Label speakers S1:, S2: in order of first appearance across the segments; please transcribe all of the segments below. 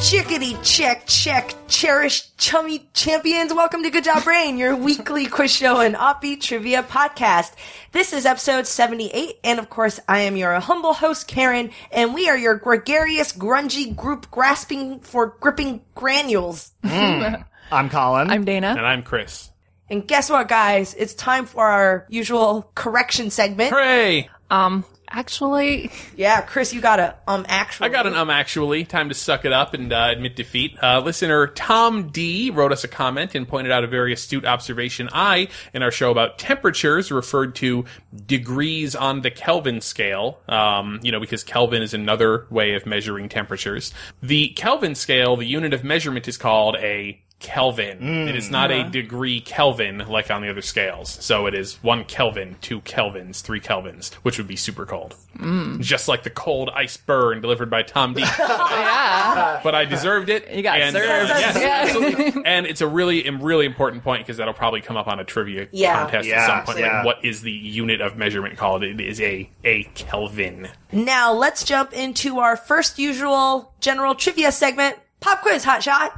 S1: Chickadee check check cherished chummy champions welcome to good job brain your weekly quiz show and oppie trivia podcast this is episode 78 and of course i am your humble host karen and we are your gregarious grungy group grasping for gripping granules
S2: I'm Colin.
S3: I'm Dana.
S4: And I'm Chris.
S1: and guess what guys it's time for our usual correction segment
S4: Hooray!
S3: Um, actually,
S1: yeah chris you got a um actual
S4: I got an um actually. Time to suck it up and uh, admit defeat. Uh, listener Tom D wrote us a comment and pointed out a very astute observation I, in our show about temperatures, referred to degrees on the Kelvin scale, um, you know, because Kelvin is another way of measuring temperatures. The Kelvin scale, the unit of measurement is called a Kelvin. It is not a degree Kelvin like on the other scales. So it is one Kelvin, two Kelvins, three Kelvins, which would be super cold. Just like the cold ice burn delivered by Tom D.
S3: yeah.
S4: but I deserved it.
S3: You got
S4: and,
S3: served.
S4: yes,
S3: Yeah.
S4: absolutely. and it's a really, a really important point because that'll probably come up on a trivia
S1: Yeah.
S4: contest
S2: Yeah,
S4: at some point.
S2: yeah.
S4: Like, what is the unit of measurement called? It is a a Kelvin.
S1: now let's jump into our first usual general trivia segment pop quiz hot shot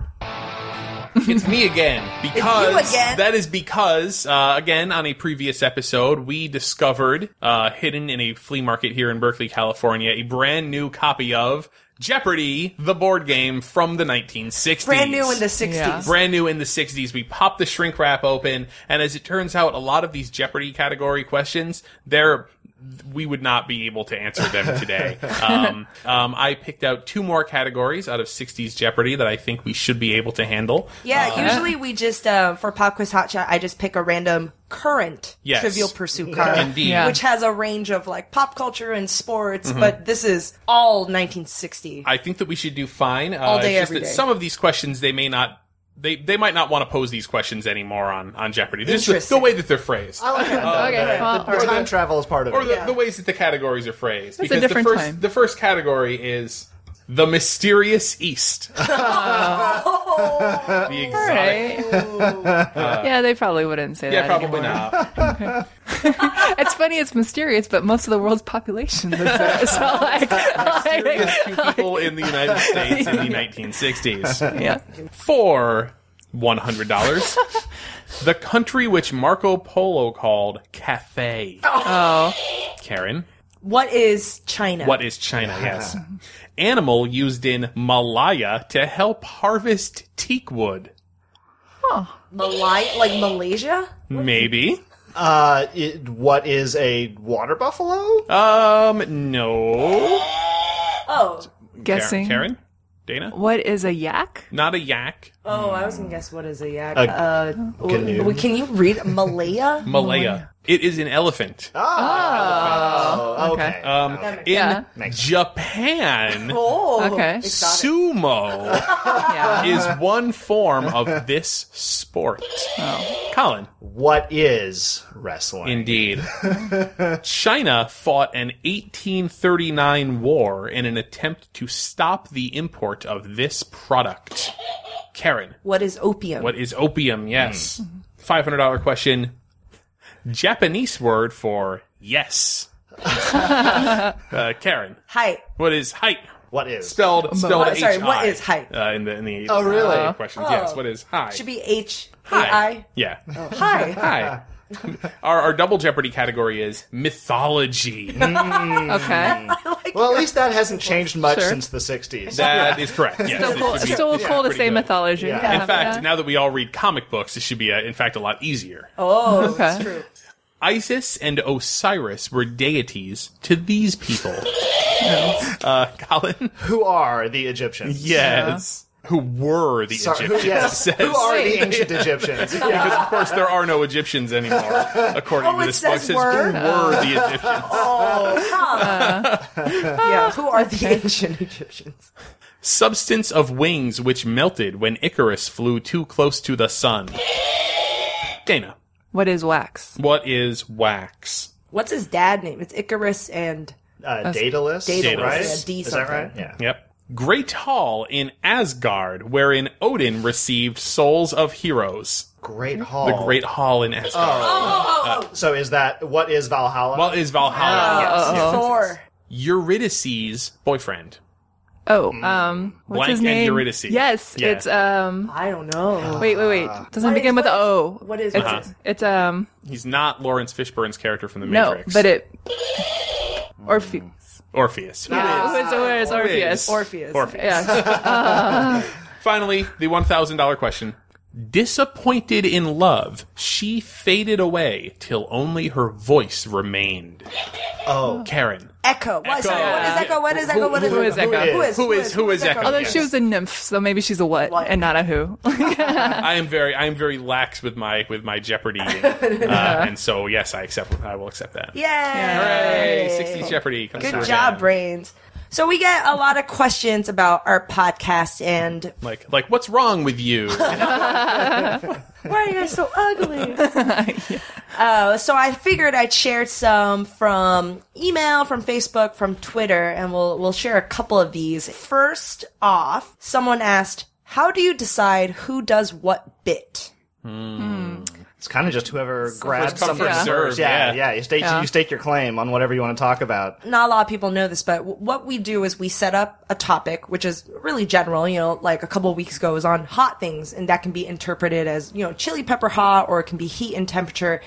S4: It's me again because
S1: again.
S4: that is because uh, again on a previous episode we discovered uh, hidden in a flea market here in Berkeley, California, a brand new copy of Jeopardy, the board game from the 1960s.
S1: brand new in the 60s
S3: Yeah.
S4: Brand new in the 60s. We popped the shrink wrap open, and as it turns out, a lot of these Jeopardy category questions, they're we would not be able to answer them today. um, um, I picked out two more categories out of 60s Jeopardy that I think we should be able to handle.
S1: Yeah, usually we just uh, for pop quiz hot shot, I just pick a random current
S4: Yes.
S1: Trivial Pursuit card,
S4: Indeed. Mm-hmm.
S3: Yeah.
S1: which has a range of like pop culture and sports, but this is all 1960.
S4: I think that we should do fine. Uh,
S1: All day,
S4: it's just
S1: every
S4: that
S1: day.
S4: Some of these questions they may not. They, they might not want to pose these questions anymore on, on Jeopardy. Just the,
S1: Interesting.
S4: the way that they're phrased.
S2: I like that.
S4: Oh,
S3: Okay,
S2: The-
S3: well,
S2: the,
S3: or
S2: time
S3: the-
S2: travel is part of
S4: or
S2: it.
S4: the, the ways that the categories are phrased.
S3: It's a different
S4: the first
S3: time.
S4: the first category is the mysterious east. the exotic.
S3: Right. yeah, they probably wouldn't say
S4: Uh, Yeah,
S3: that.
S4: probably
S3: anymore.
S4: not.
S3: It's funny, it's mysterious, but most of the world's population lives there. So, like, like
S4: Mysterious two people in the United States in the 1960s.
S3: yeah.
S4: For $100, the country which Marco Polo called Cathay.
S3: Oh,
S4: Karen,
S1: What is China?
S4: what is China? Yes. Animal used in Malaya to help harvest teak wood.
S1: Malay- like Malaysia?
S4: Maybe.
S2: Uh, it, what is a water buffalo?
S4: Um, no.
S1: Oh,
S3: guessing.
S4: Karen? Dana?
S3: What is a yak?
S4: Not a yak.
S1: oh, I was gonna guess what is a yak.
S2: A
S1: uh,
S2: canoe.
S1: w- Can you read Malaya?
S4: Malaya. It is an elephant.
S2: Oh, okay.
S4: Um, in
S3: Yeah.
S2: Makes sense.
S4: Japan,
S1: Oh,
S3: Okay.
S1: exotic.
S4: sumo
S3: Yeah.
S4: is one form of this sport.
S3: Oh.
S4: Colin.
S2: What is wrestling?
S4: Indeed. China fought an 1839 war in an attempt to stop the import of this product. Karen,
S1: What is opium?
S4: what is opium? Yes. $500 question. Japanese word for yes. uh, Karen,
S1: Height.
S4: what is height?
S2: What is?
S4: Spelled, spelled
S1: Oh, sorry, what
S4: HI,
S1: is height? Oh.
S4: Uh, in the, in the
S2: Oh, really?
S4: uh, questions, yes. What is high?
S1: Should be H A
S4: Hi.
S1: I. Oh.
S4: Yeah.
S1: Hi.
S4: Hi. our, our double Jeopardy category is mythology. Hmm.
S3: Okay.
S2: well, at least that hasn't changed much
S3: Sure.
S2: since the 60s.
S4: That is correct. Yes,
S3: Still
S4: it
S3: cool,
S4: should be-
S3: still
S4: yeah,
S3: cool to
S4: pretty
S3: say
S4: good.
S3: mythology.
S2: Yeah.
S3: Yeah.
S4: In fact,
S3: Yeah.
S4: now that we all read comic books, it should be, uh, in fact, a lot easier.
S1: Oh, that's
S3: Okay.
S1: true.
S4: Isis and Osiris were deities to these people. uh, Colin?
S2: Who are the Egyptians?
S4: Yes. Who were the
S2: Sorry, who,
S4: Egyptians?
S2: yes.
S4: Says-
S2: who are the
S3: Wait.
S2: ancient Egyptians? Yeah.
S4: because of course there are no Egyptians anymore, according
S1: Oh,
S4: to
S1: it
S4: this book.
S1: says
S4: Says,
S1: were?
S4: who were the Egyptians?
S1: Oh, huh. yeah. Who are the ancient Egyptians?
S4: Substance of wings which melted when Icarus flew too close to the sun. Dana,
S3: What is wax?
S4: what is wax?
S1: What's his dad name? It's Icarus and
S2: Uh, Daedalus,
S1: Daedalus,
S2: right?
S1: yeah, D
S2: is that
S1: something.
S2: right? Yeah.
S4: Yep. Great Hall in Asgard, wherein Odin received souls of heroes.
S2: Great Hall.
S4: The Great Hall in Asgard.
S2: So is that what is Valhalla?
S4: Well, is
S1: Oh,
S4: Valhalla
S1: Thor.
S4: Eurydice's boyfriend?
S3: Oh, um, what's
S4: Hmm. Blank
S3: his
S4: and
S3: name?
S4: Eurydice.
S3: Yes,
S4: Yeah.
S3: it's um.
S1: I don't know.
S3: Wait, wait, wait. Doesn't
S1: What
S3: begin
S1: is-
S3: with
S1: what is-
S3: O.
S1: what is-
S3: it's,
S1: Uh-huh.
S3: it's um.
S4: He's not Lawrence Fishburne's character from The
S3: No,
S4: Matrix.
S3: but it. Orpheus.
S4: Orpheus.
S3: Yeah, it's, it's Orpheus.
S1: Orpheus.
S4: Orpheus.
S3: Yeah.
S4: Finally, the $1,000 question. Disappointed in love, she faded away till only her voice remained.
S2: oh,
S4: Karen.
S1: Echo. What is
S4: Echo.
S1: Echo? What is
S4: Yeah.
S1: Echo? What is Echo? What is
S3: who is Echo?
S2: Who
S4: Who is- who is Echo?
S3: Although
S4: Yes.
S3: she was a nymph, so maybe she's a what,
S1: What?
S3: and not a who.
S4: I am very, I am very lax with my with my Jeopardy, uh, and so yes, I accept. I will accept that.
S1: Yay!
S4: Hooray! 60s Jeopardy. Comes
S1: Good
S4: through
S1: job,
S4: again.
S1: brains. So we get a lot of questions about our podcast and
S4: Like, like, what's wrong with you?
S1: why are you guys so ugly? uh, so I figured I'd share some from email, from Facebook, from Twitter, and we'll we'll share a couple of these. First off, someone asked, "How do you decide who does what bit?"
S2: it's kind of just whoever grabs
S4: come,
S2: something
S4: first served,
S2: first. Yeah,
S4: yeah.
S2: yeah. You stake you stake your claim on whatever you want to talk about.
S1: not a lot of people know this, but w- what we do is we set up a topic, which is really general. You know, like a couple of weeks ago was on hot things, and that can be interpreted as you know chili pepper hot, or it can be heat and temperature,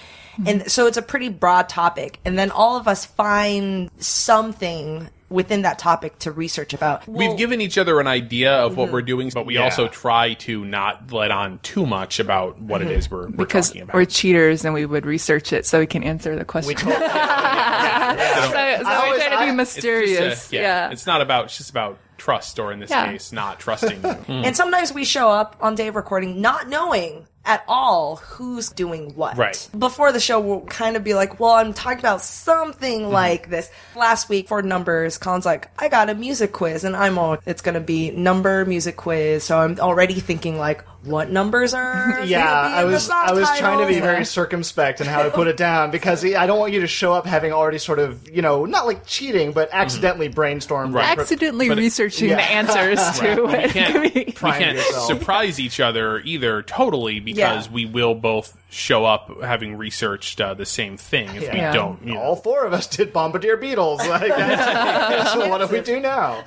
S1: and so it's a pretty broad topic. And then all of us find something within that topic to research about.
S4: We've given each other an idea of what
S3: mm-hmm.
S4: we're doing, but we also try to not let on too much about what it is we're, we're
S3: Mm-hmm. because
S4: talking about.
S3: we're cheaters and we would research it so we can answer the question. so
S2: totally-
S3: so we
S2: always-
S3: try to be
S2: I-
S4: It's just a-
S3: mysterious.
S4: uh, yeah,
S3: yeah.
S4: It's not about, it's just about trust, or in this
S3: Yeah.
S4: case, not trusting you.
S1: And sometimes we show up on day of recording not knowing at all who's doing what.
S4: Right.
S1: Before the show, we'll kind of be like, well, I'm talking about something
S2: Mm-hmm.
S1: like this. Last week for numbers, Colin's like, I got a music quiz, and I'm all, it's going to be number music quiz. So I'm already thinking, like, what numbers are?
S2: Yeah,
S1: gonna be
S2: I
S1: in the
S2: was I was trying to be
S1: subtitles?
S2: very circumspect in how to put it down because I don't want you to show up having already sort of you know not like cheating but accidentally brainstormed.
S4: Right.
S3: Accidentally
S4: But it-
S3: researching the answers to
S4: But we
S3: it.
S4: can't, we
S2: Prime
S4: can't
S2: yourself.
S4: surprise each other either totally because
S1: Yeah.
S4: we will both show up having researched uh, the same thing if
S2: Yeah.
S4: we don't. you know.
S2: All four of us did Bombardier Beatles. Like, that's- so what do we do now?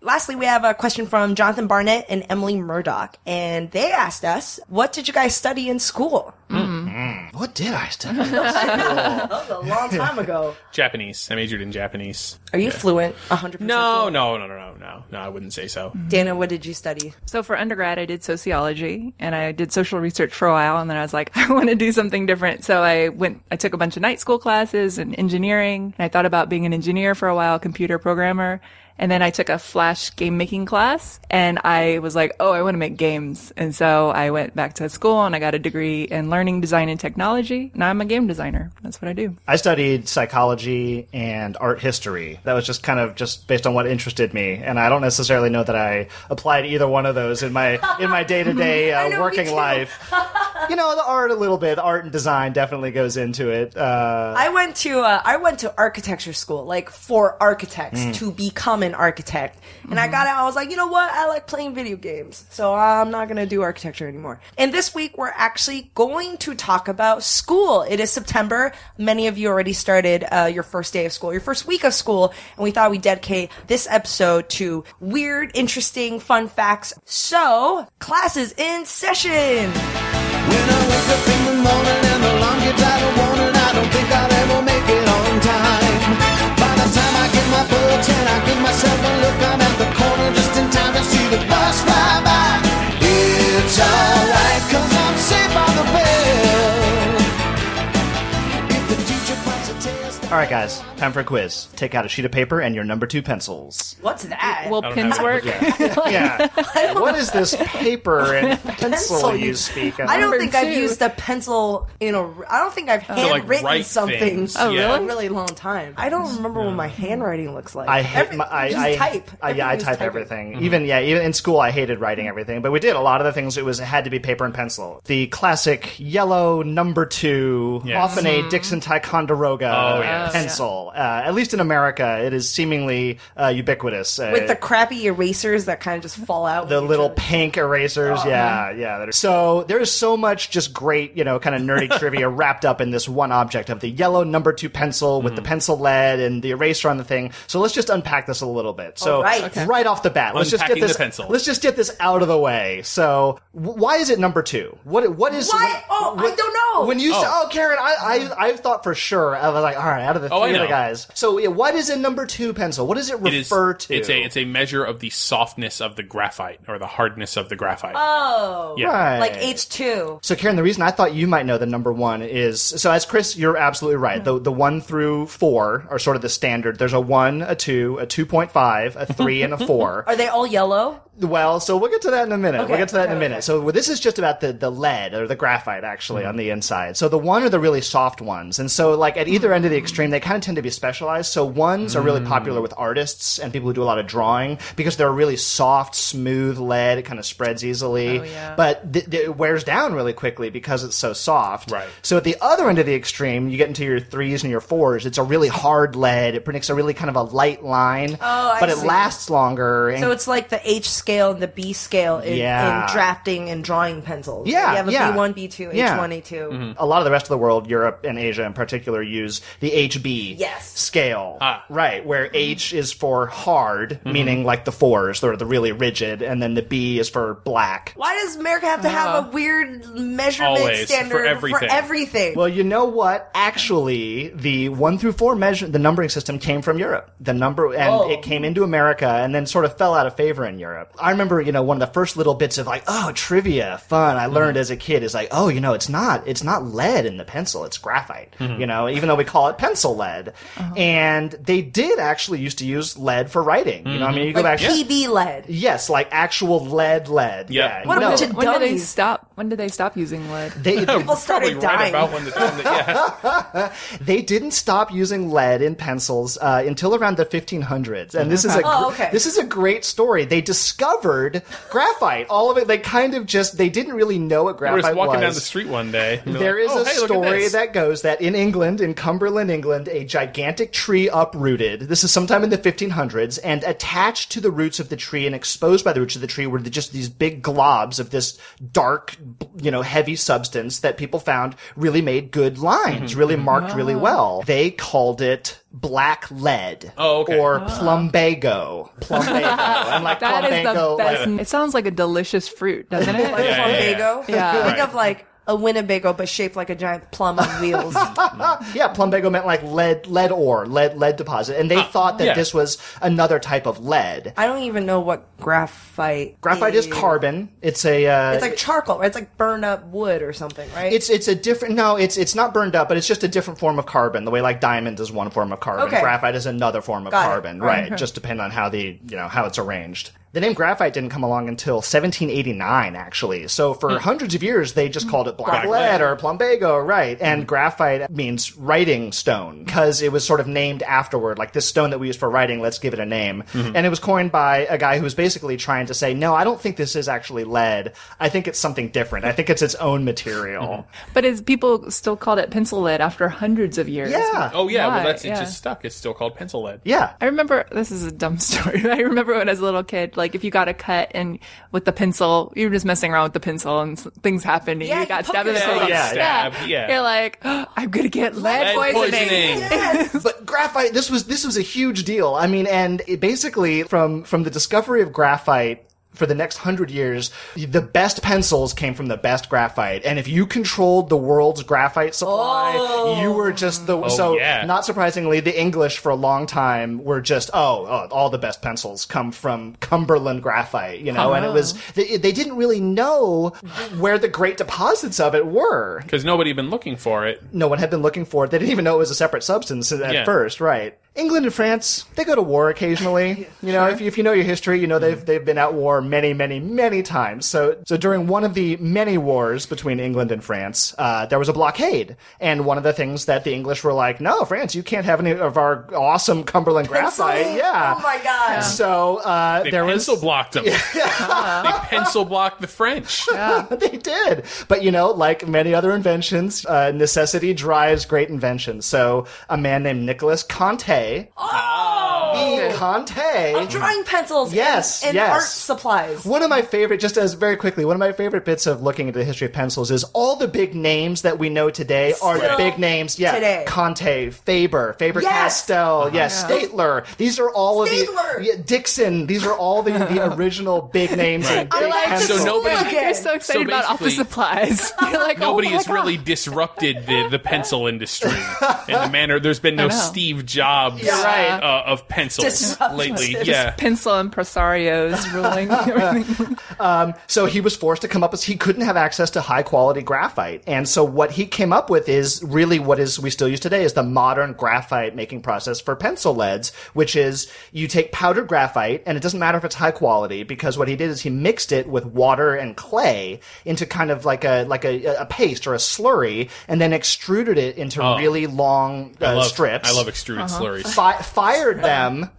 S1: Lastly, we have a question from Jonathan Barnett and Emily Murdoch, and they asked us, what did you guys study in school?
S2: What did I study?
S1: That was a long time ago.
S4: Japanese. I majored in Japanese.
S1: Are you fluent? 100%. fluent?
S4: No, no, no, no, no, no, no. I wouldn't say so.
S1: Dana, what did you study?
S3: So for undergrad, I did sociology and I did social research for a while. And then I was like, I want to do something different. So I went, I took a bunch of night school classes and engineering. And I thought about being an engineer for a while, computer programmer. And then I took a flash game making class and I was like, oh, I want to make games. And so I went back to school and I got a degree in learning design and technology. Now I'm a game designer. That's what I do.
S2: I studied psychology and art history. That was just kind of just based on what interested me, and I don't necessarily know that I applied either one of those in my in my day to day
S1: know, me
S2: working
S1: too.
S2: life. You know, the art a little bit. The art and design definitely goes into it. Uh,
S1: I went to uh, I went to architecture school, like for architects to become an architect. And I got out. I was like, you know what? I like playing video games, so I'm not going to do architecture anymore. And this week we're actually going to talk about school. It is September. Many of you already started uh, your first day of school, your first week of school, and we thought we'd dedicate this episode to weird, interesting, fun facts. So classes in session.
S5: When I wake up in the morning and the alarm gets out of warning, I don't think I'll ever make it on time. By the time I get my books and I give myself a look, I'm at the corner just in time to see the bus fly by. It's alright, cause I'm saved by the bell. If the teacher pops a test,
S2: all right, guys, time for a quiz. Take out a sheet of paper and your number two pencils.
S1: What's that?
S3: Will
S4: don't
S3: pins
S4: have
S3: work?
S2: Yeah, what is this paper and pencil you
S1: you-
S2: speak?
S1: I don't
S3: Number
S1: think I've
S3: two.
S1: used a pencil in a. I don't think I've handwritten
S4: write
S1: something
S4: things, Oh, yeah.
S1: in
S4: really?
S1: a really long time. I don't remember what my handwriting looks like.
S2: I hate
S1: Every-
S2: my, I,
S1: just
S2: I
S1: type.
S2: I, yeah, I
S1: Everything's
S2: type
S1: typing.
S2: everything.
S4: Mm-hmm.
S2: Even yeah, even in school, I hated writing everything. But we did a lot of the things. It was it had to be paper and pencil. The classic yellow number two,
S4: Yes.
S1: Mm-hmm.
S2: often a Dixon Ticonderoga.
S4: Oh, yeah.
S2: pencil. Uh, at least in America, it is seemingly uh, ubiquitous. Uh,
S1: with the crappy erasers that kind of just fall out.
S2: the
S1: with each
S2: little
S1: other.
S2: pink erasers. yeah, yeah. that are- Oh, so there is so much just great, you know, kind of nerdy trivia wrapped up in this one object of the yellow number two pencil with the
S4: Mm-hmm.
S2: pencil lead and the eraser on the thing. So let's just unpack this a little bit. So
S1: All right. Okay.
S2: right off the bat, let's just
S4: Unpacking
S2: get
S4: the
S2: this.
S4: pencil.
S2: Let's just get this out of the way. So w- why is it number two? What what is?
S1: Why? Oh, I
S2: what-
S1: don't know.
S2: When you say,
S4: Oh.
S2: oh Karen, I, I I thought for sure I was like, all right, out of the
S4: Oh, I
S2: three of the
S4: know.
S2: guys. So yeah, what is in number two pencil? What does it
S4: It is,
S2: refer to?
S4: It's a it's a measure of the softness of the graphite or the hardness of the graphite.
S1: Oh,
S4: yeah.
S2: Right.
S1: like H two.
S2: So, Karen, the reason I thought you might know the number one is so, as Chris, you're absolutely right. The, the one through four are sort of the standard. There's a one, a two, a 2.5, a three, and a four.
S1: Are they all yellow?
S2: well, so we'll get to that in a minute.
S1: Okay.
S2: We'll get to that in a
S1: Okay,
S2: minute.
S1: okay. Hmm.
S2: So, well, this is just about the, the lead or the graphite actually on the inside. So, the one are the really soft ones. And so, like at either end of the extreme, they kind of tend to be specialized. So, ones are really popular
S1: Hmm.
S2: with artists and people who do a lot of drawing because they're really soft, smooth lead. It kind of spreads easily.
S1: Oh,
S3: yeah.
S2: But th- th- it wears down really quickly because it's so soft.
S4: Right.
S2: So at the other end of the extreme, you get into your threes and your fours. It's a really hard lead. It predicts a really kind of a light line,
S1: Oh, I
S2: but it
S1: see.
S2: lasts longer. And
S1: So it's like the H scale and the B scale in,
S2: Yeah.
S1: in drafting and drawing pencils.
S2: Yeah,
S1: you have a
S2: yeah.
S1: B one, B two, H
S2: Yeah. Mm-hmm.
S1: one, A two.
S2: a lot of the rest of the world, Europe and Asia in particular, use the HB
S1: Yes.
S2: scale.
S4: Ah.
S2: Right, where H is for hard, meaning like the fours, they're the really rigid, and then the B is for black.
S1: Why does America have to have a weird measurement
S4: Always, for
S1: standard
S4: everything.
S1: everything?
S2: Well, you know what? Actually, the one through four measure, the numbering system came from Europe. The number, and
S1: Oh.
S2: it came into America, and then sort of fell out of favor in Europe. I remember, you know, one of the first little bits of like, oh, trivia, fun. I learned
S1: Mm-hmm.
S2: as a kid is like, oh, you know, it's not, it's not lead in the pencil, it's graphite.
S1: Mm-hmm.
S2: You know, even though we call it pencil lead,
S1: Uh-huh.
S2: and they did actually used to use lead for writing. You know, what I mean, you go
S1: like
S2: back.
S1: PB lead.
S2: Yes, like actual lead, lead.
S4: Yeah.
S2: Yeah.
S1: What a
S2: no.
S1: bunch of
S3: When did they
S1: dummies.
S3: stop? When did they stop using lead?
S2: they,
S1: People started
S4: Probably right
S1: dying.
S4: about when the time that, yeah.
S2: they didn't stop using lead in pencils uh, until around the 1500s, and this is a gr-
S1: Oh, okay.
S2: this is a great story. They discovered graphite. All of it. They kind of just they didn't really know what
S4: I
S2: graphite
S4: was walking
S2: was.
S4: down the street one day. and
S2: There
S4: you're
S2: is
S4: like, "Oh,
S2: a
S4: hey, look at
S2: story
S4: this."
S2: that goes that in England, in Cumberland, England, a gigantic tree uprooted. This is sometime in the 1500s, and attached to the roots of the tree and exposed by the roots of the tree were the- just these big globs of this dark, you know, heavy substance that people found really made good lines,
S4: Mm-hmm.
S2: really marked
S4: Ah.
S2: really well. They called it black lead
S4: Oh, okay.
S2: or plumbago. Plumbago. and like
S3: That is the
S2: plumbago, like
S3: best. It sounds like a delicious fruit, doesn't it?
S1: Like a
S4: yeah, yeah.
S1: plumbago.
S3: Yeah.
S1: Think of like a Winnebago, but shaped like a giant plum on wheels.
S2: Yeah, plumbago meant like lead, lead ore, lead, lead deposit, and they thought that
S4: yeah.
S2: this was another type of lead.
S1: I don't even know what graphite.
S2: Graphite is carbon. It's a. Uh,
S1: It's like charcoal, right? It's like burned up wood or something, right?
S2: It's it's a different no it's it's not burned up but it's just a different form of carbon the way like diamonds is one form of carbon
S1: Okay.
S2: graphite is another form of
S1: Got it.
S2: carbon
S1: All right,
S2: right just depend on how the you know how it's arranged the name graphite didn't come along until 1789 actually so for hundreds of years they just called it black,
S4: Black
S2: lead
S4: lead.
S2: or plumbago right and graphite means writing stone because it was sort of named afterward like this stone that we use for writing let's give it a name and it was coined by a guy who was basically trying to say no I don't think this is actually lead I think it's something different I think it's its own material.
S3: But is people still called it pencil lead after hundreds of years?
S2: Yeah.
S4: Oh yeah,
S3: Why?
S4: well that's
S3: Yeah.
S4: it just stuck. It's still called pencil lead.
S2: Yeah.
S3: I remember this is a dumb story. but I remember when I was a little kid, like if you got a cut and with the pencil, you were just messing around with the pencil and s- things happened and
S1: Yeah,
S3: you got
S1: you
S3: stabbed in
S1: poke
S3: the
S1: yourself.
S3: pencil.
S2: Yeah,
S4: stabbed, yeah.
S3: You're like, "Oh, I'm gonna get lead,
S4: Lead
S3: poisoning.
S1: yes.
S2: But graphite this was this was a huge deal. I mean, and it basically from from the discovery of graphite for the next hundred years, the best pencils came from the best graphite. And if you controlled the world's graphite supply, you were just the so
S4: yeah.
S2: not surprisingly, the English for a long time were just oh, oh all the best pencils come from Cumberland graphite, you know. And it was they, they didn't really know where the great deposits of it were.
S4: Because nobody had been looking for it.
S2: no one had been looking for it. They didn't even know it was a separate substance at
S4: Yeah.
S2: first, right? England and France, they go to war occasionally. You know, if, you, if you know your history, you know
S1: Mm-hmm.
S2: they've they've been at war many, many, many times. So, so during one of the many wars between England and France, uh, there was a blockade, and one of the things that the English were like, "No, France, you can't have any of our awesome Cumberland graphite." Yeah.
S1: Oh my god.
S2: So uh,
S4: They
S2: there was
S4: pencil blocked them. they pencil blocked the French.
S2: they did. But you know, like many other inventions, uh, necessity drives great inventions. So a man named Nicholas Conte,
S1: Oh.
S2: the Conte,
S1: Drawing pencils. and-
S2: Yes,
S1: And,
S2: yes.
S1: art supplies.
S2: one of my favorite, just as very quickly, one of my favorite bits of looking into the history of pencils is all the big names that we know today are the
S1: Still
S2: big names. Yeah,
S1: today.
S2: Conte, Faber, Faber
S1: Yes.
S2: Castell, yes, Statler. These are all of
S1: Staedtler.
S2: the yeah, Dixon. These are all the, the original big names. in
S4: I
S2: big
S1: like to
S2: pencils.
S4: So nobody-
S3: Look, you're so excited
S4: So
S3: about office
S4: basically-
S3: supplies. You're like, oh
S4: Nobody
S3: my
S4: has
S3: God.
S4: really disrupted the, the pencil industry in the manner. There's been no
S3: know.
S4: Steve Jobs
S2: right.
S4: uh, of pencils
S1: Disruptive.
S4: lately. Yeah.
S3: pencil impresarios ruling everything.
S2: So he was forced to come up with, he couldn't have access to high quality graphite. And so what he came up with is really what is, we still use today is the modern graphite making process for pencil leads, which is you take powdered graphite and it doesn't matter if it's high quality because what he did is he mixed it with water and clay into kind of like a, like a, a paste or a slurry and then extruded it into really long uh,
S4: Oh. I love,
S2: strips
S4: I love extruded slurries.
S2: fi- fired them.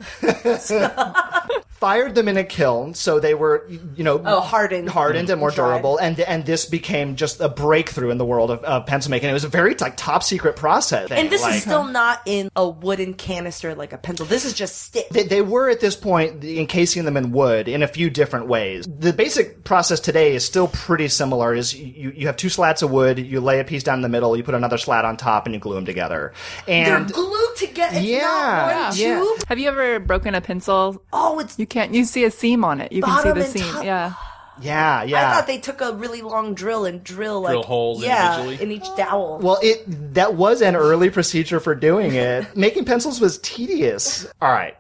S2: fired them in a kiln, so they were, you know,
S1: Oh, hardened.
S2: hardened and more
S1: Dried.
S2: durable. And and this became just a breakthrough in the world of, of pencil making. It was a very like top secret process. thing,
S1: And this
S2: like-
S1: is still not in a wooden canister like a pencil. This is just stick.
S2: they, they were at this point encasing them in wood in a few different ways. The basic process today is still pretty similar. Is you, you have two slats of wood, you lay a piece down in the middle, you put another slat on top, and you glue them together.
S1: They're
S2: And
S1: glued together. It's
S2: Yeah,
S1: not one
S2: yeah.
S1: tube.
S3: Have you ever broken a pencil?
S1: Oh, it's.
S3: You can't. You see a seam on it. You can see
S1: Bottom
S3: the
S1: and
S3: seam.
S1: top.
S3: Yeah.
S2: yeah, yeah.
S1: I thought they took a really long drill and drill like
S4: Drill holes
S1: yeah,
S4: individually.
S1: in each dowel.
S2: Well, it that was an early procedure for doing it. Making pencils was tedious. All right,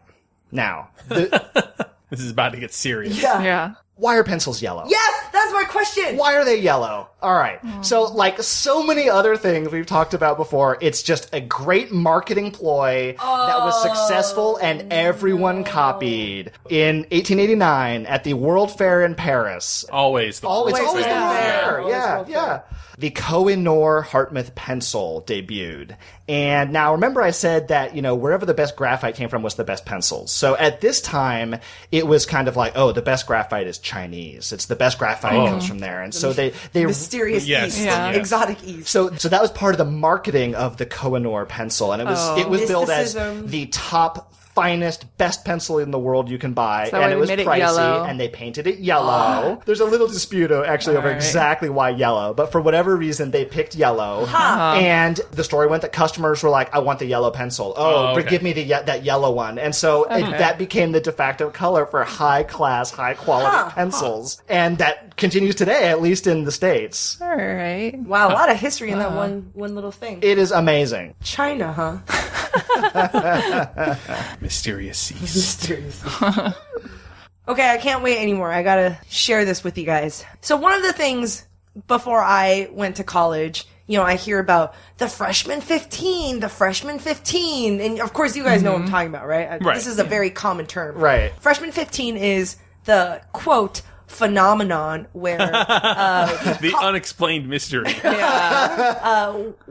S2: now the,
S4: This is about to get serious.
S1: yeah.
S3: Yeah.
S2: why are pencils yellow?
S1: Yes, that's my question.
S2: Why are they yellow? All right. So, like so many other things we've talked about before, it's just a great marketing ploy that was successful and everyone copied. In 1889, at the World Fair in Paris,
S4: Always. The
S2: Oh, it's
S1: Always
S2: always
S1: been there.
S2: there.
S1: Always
S2: Yeah,
S1: been
S2: yeah. The Kohinoor Hartmouth pencil debuted. And now remember I said that, you know, wherever the best graphite came from was the best pencils. So at this time, it was kind of like, oh, the best graphite is Chinese. It's the best graphite comes from there. And so they, they
S1: Mysterious
S4: Yes,
S1: east,
S4: Yeah. yes.
S1: exotic east.
S2: so, so that was part of the marketing of the Kohinoor pencil, and it was it was billed as
S3: Oh,
S1: Mysticism.
S2: the top, finest, best pencil in the world you can buy,
S3: that why
S2: and it
S3: they
S2: was
S3: made it
S2: pricey,
S3: yellow?
S2: and they painted it yellow. There's a little dispute uh, actually over
S3: All right.
S2: exactly why yellow, but for whatever reason they picked yellow,
S3: Uh-huh.
S2: and the story went that customers were like, "I want the yellow pencil. Oh,
S4: Oh,
S2: but
S4: okay.
S2: give me the ye- that yellow one," and so it- that became the de facto color for high class, high quality pencils, and that continues today, at least in the states.
S3: All right.
S1: wow, a lot of history in that
S2: Uh-huh.
S1: one one little thing.
S2: It is amazing.
S1: China, huh?
S4: mysterious cease.
S1: Seriously. okay, I can't wait anymore. I gotta share this with you guys. So one of the things before I went to college, you know, I hear about the freshman fifteen, the freshman fifteen, and of course you guys know what I'm talking about, right?
S4: Right.
S1: This is a very common term.
S2: Mm-hmm. Right.
S1: Freshman fifteen is the quote phenomenon where
S4: the unexplained mystery.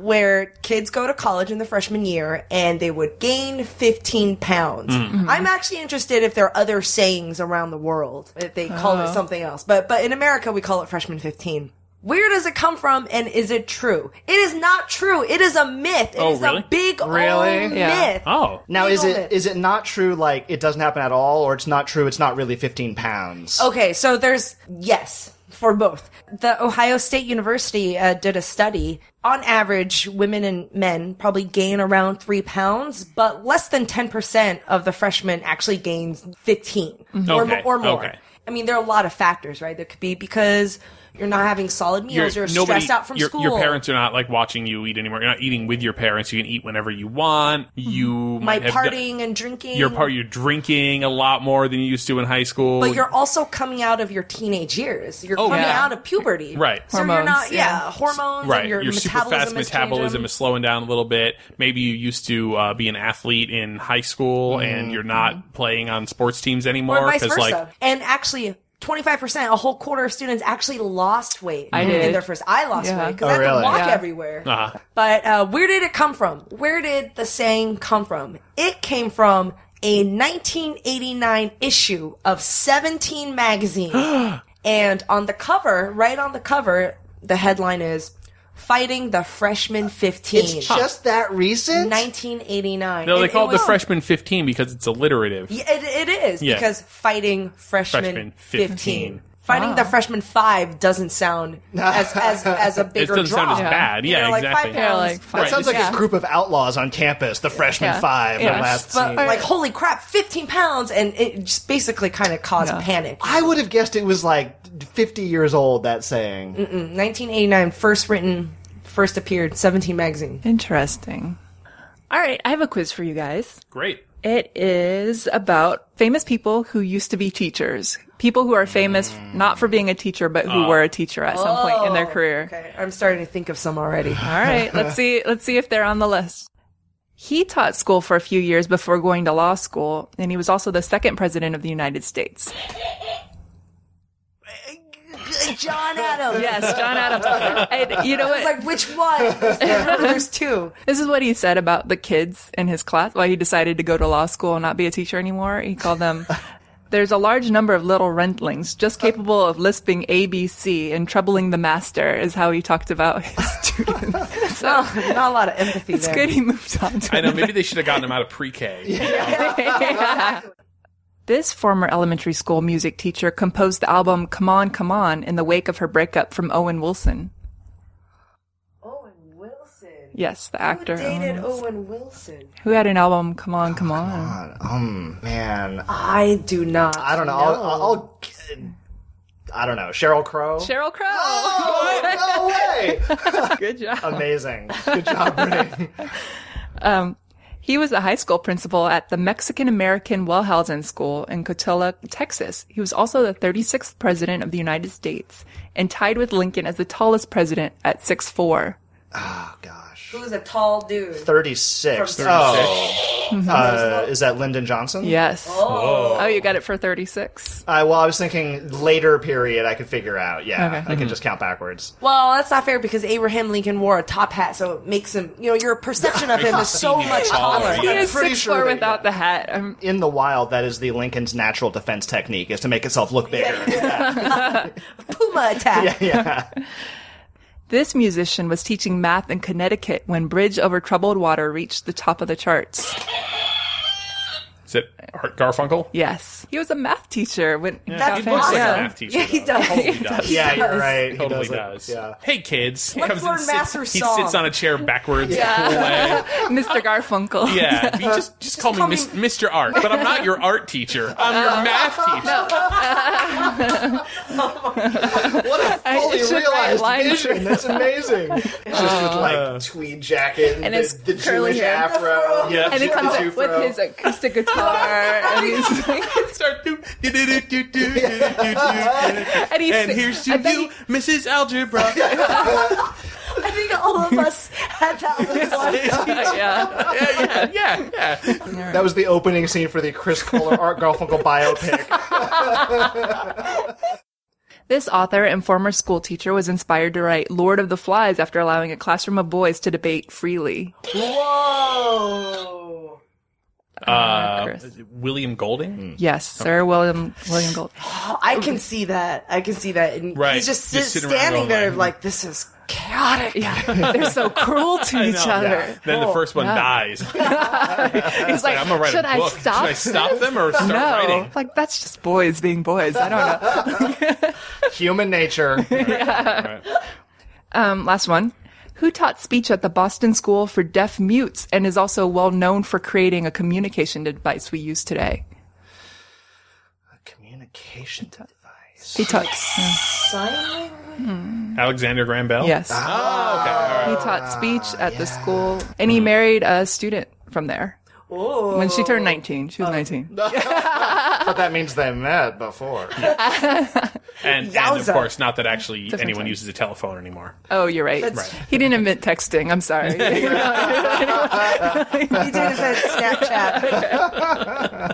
S1: where kids go to college in the freshman year and they would gain 15 pounds.
S4: Mm.
S1: I'm actually interested if there are other sayings around the world if they call it something else. But but in America we call it freshman 15. Where does it come from and is it true? It is not true. It is a myth. It is
S4: Oh, really?
S1: a big
S2: Really?
S1: old
S3: Yeah.
S1: myth.
S4: Oh.
S2: Now, is
S1: Nailed
S2: it
S1: it.
S2: is it not true? Like it doesn't happen at all, or it's not true? It's not really fifteen pounds.
S1: Okay, so there's yes for both. The Ohio State University uh, did a study. On average, women and men probably gain around three pounds, but less than 10% of the freshmen actually gains 15 or,
S4: Okay,
S1: or more.
S4: Mm-hmm. okay.
S1: I mean, there are a lot of factors, right? There could be because You're not having solid meals. You're, stressed out from
S4: your,
S1: school.
S4: Your parents are not like watching you eat anymore. You're not eating with your parents. You can eat whenever you want. You
S1: Mm-hmm. my
S4: might have done-
S1: partying and drinking.
S4: You're part. You're drinking a lot more than you used to in high school.
S1: but you're also coming out of your teenage years. You're
S4: Oh,
S1: coming
S4: yeah.
S1: out of puberty.
S4: Right.
S1: So you're
S3: Hormones,
S1: not, yeah,
S3: yeah.
S1: hormones
S4: right.
S1: and your,
S4: Your super
S1: metabolism
S4: fast
S1: is
S4: metabolism
S1: changing.
S4: is slowing down a little bit. Maybe you used to uh, be an athlete in high school and you're not playing on sports teams anymore.
S1: Mm-hmm. or vice
S4: 'cause,
S1: versa.
S4: Like,
S1: and actually, 25%, a whole quarter of students actually lost weight
S3: I
S1: in
S3: did.
S1: their first. I lost
S3: Yeah.
S1: weight because
S2: Oh,
S1: I could
S2: really?
S1: walk
S3: Yeah.
S1: everywhere.
S4: uh,
S1: But uh, where did it come from? Where did the saying come from? It came from a 1989 issue of 17 magazine. and on the cover, right on the cover, the headline is Fighting the Freshman 15.
S2: It's just that recent.
S1: 1989.
S4: no, they
S1: And
S4: call it the
S1: was-
S4: freshman 15 because it's alliterative.
S1: Yeah, It, it is
S4: Yeah.
S1: because fighting freshman,
S4: Freshman
S1: 15.
S4: 15.
S1: Fighting the
S3: Ah.
S1: freshman five doesn't sound as as, as a
S4: It
S1: bigger
S4: doesn't
S1: draw.
S4: sound as bad.
S1: You
S4: Yeah,
S1: know, like
S4: exactly.
S1: five pounds.
S3: like
S2: That
S4: Right,
S2: sounds like
S3: yeah.
S2: a group of outlaws on campus, the freshman
S3: Yeah.
S2: five.
S3: Yeah.
S2: The last
S1: but
S2: scene.
S1: like holy crap, fifteen pounds, and it just basically kind of caused panic.
S2: I would have guessed it was like 50 years old. That saying.
S1: 1989, first written, first appeared, 17 magazine.
S3: Interesting. All right, I have a quiz for you guys.
S4: Great.
S3: It is about famous people who used to be teachers. People who are famous not for being a teacher, but who were a teacher at some point in their career.
S1: Oh, Okay, I'm starting to think of some already.
S3: All right, let's see. Let's see if they're on the list. He taught school for a few years before going to law school, and he was also the second president of the United States.
S1: John Adams.
S3: Yes, John Adams. And you know what?
S1: It's like which one? There's two.
S3: This is what he said about the kids in his class while he decided to go to law school and not be a teacher anymore. He called them, there's a large number of little rentlings just capable of lisping ABC and troubling the master, is how he talked about his students. so
S1: No, not a lot of empathy
S3: it's
S1: there.
S3: good he moved on to
S4: I know. Maybe they should have gotten him out of pre-K.
S3: This former elementary school music teacher composed the album Come On, Come On in the wake of her breakup from Owen Wilson.
S1: Owen Wilson.
S3: Yes, the
S1: Who
S3: actor. Owen
S1: dated
S3: Wilson.
S1: Owen Wilson?
S3: Who had an album, Come On, Come On?
S2: Um, man,
S1: I do not.
S2: I don't know. I'll, I'll, I'll I don't know. Cheryl Crow.
S3: Cheryl Crow!
S2: Oh, no way!
S3: Good job.
S2: Amazing. Good job, Brittany.
S3: He was a high school principal at the Mexican American Wellhausen School in Cotulla, Texas. He was also the 36th president of the United States and tied with Lincoln as the tallest president at 6'4.
S2: Oh, gosh.
S1: Who's a tall dude?
S2: 36.
S1: From
S2: Oh. Uh, is that Lyndon Johnson?
S3: Yes. Oh. you got it for 36.
S2: Uh, well, I was thinking later period I could figure out. Yeah.
S3: Okay.
S2: I can just count backwards.
S1: Well, that's not fair because Abraham Lincoln wore a top hat, so it makes him. You know, your perception of him is so
S4: Makes him
S1: much taller.
S4: taller,
S3: He
S4: yeah. I'm
S3: is
S2: pretty
S3: 6'4
S2: sure that-
S3: without the hat. Um,
S2: In the wild, that is the Lincoln's natural defense technique is to make itself look bigger.
S1: Puma attack.
S3: this musician was teaching math in Connecticut when Bridge Over Troubled Water reached the top of the charts.
S4: Is it Art Garfunkel?
S3: Yes. He was a math teacher when
S1: That's
S4: He looks
S1: awesome.
S4: like a math teacher.
S1: Yeah, he
S4: though.
S1: does.
S4: Totally does.
S2: Yeah, you're
S1: does.
S2: right. He
S4: Totally
S2: it.
S4: does.
S2: Yeah.
S4: Hey kids, he
S1: Let's
S4: comes
S1: learn
S4: and sits,
S1: Master's
S4: he
S1: song.
S4: sits on a chair backwards. Yeah,
S3: Mr. Garfunkel.
S4: yeah. He just, just call,
S1: call
S4: me,
S1: me-
S4: Mis- Mr. Art, but I'm not your art teacher. I'm your
S3: Uh,
S4: math teacher.
S2: What a
S3: I-
S2: fully
S3: it's just my
S2: realized
S3: line.
S2: vision. That's amazing. just with
S4: Uh.
S2: like tweed jacket and,
S3: And
S2: the,
S3: his
S2: the
S3: curly
S2: Jewish
S3: hair.
S2: afro.
S4: Yeah.
S3: And he
S2: the
S3: comes
S2: Jew
S3: up with
S2: fro.
S3: his acoustic guitar and he's like,
S4: Start do do do do do do do do do.
S3: and, he's,
S4: And here's to
S3: I bet
S4: you,
S3: he-
S4: Mrs. Algebra.
S1: I think all of us had that one.
S3: yeah.
S4: yeah, yeah, yeah.
S2: That was the opening scene for the Chris Kohler Art Garfunkel biopic.
S3: This author and former school teacher was inspired to write Lord of the Flies after allowing a classroom of boys to debate freely.
S1: Whoa.
S2: Oh,
S4: Uh,
S3: Chris.
S4: William
S2: Hmm.
S4: Golding.
S3: Yes, Sir William William Gold.
S1: Oh, I can see that. I can see that. And
S4: Right.
S1: He's just,
S4: Just
S1: sit-
S4: sitting around
S1: standing
S4: going
S1: there
S4: like-
S1: like, this is chaotic.
S3: Yeah, they're so cruel to each
S4: know.
S3: other.
S4: Then the first one
S3: Yeah.
S4: dies.
S3: He's Oh, like,
S4: I'm gonna write
S3: should
S4: a book.
S3: I stop?
S4: Should I stop them or start
S3: no,
S4: writing?
S3: like that's just boys being boys. I don't know.
S2: Human nature.
S3: Um, last one. Who taught speech at the Boston School for Deaf Mutes and is also well known for creating a communication device we use today?
S2: Communication device.
S3: He talks. yeah.
S1: Sign
S4: Alexander Graham Bell?
S3: Yes.
S4: Oh, okay. All right.
S3: He
S1: Ah,
S3: taught speech at the school, and he married a student from there.
S1: Mm. Oh.
S3: When she turned 19, she was 19.
S2: But that means they met before.
S4: And, and of
S1: Yowza.
S4: course, not that actually anyone
S3: time.
S4: uses a telephone anymore.
S3: Oh, you're right.
S1: That's- Right.
S3: He didn't invent texting. I'm sorry.
S1: He did it at Snapchat.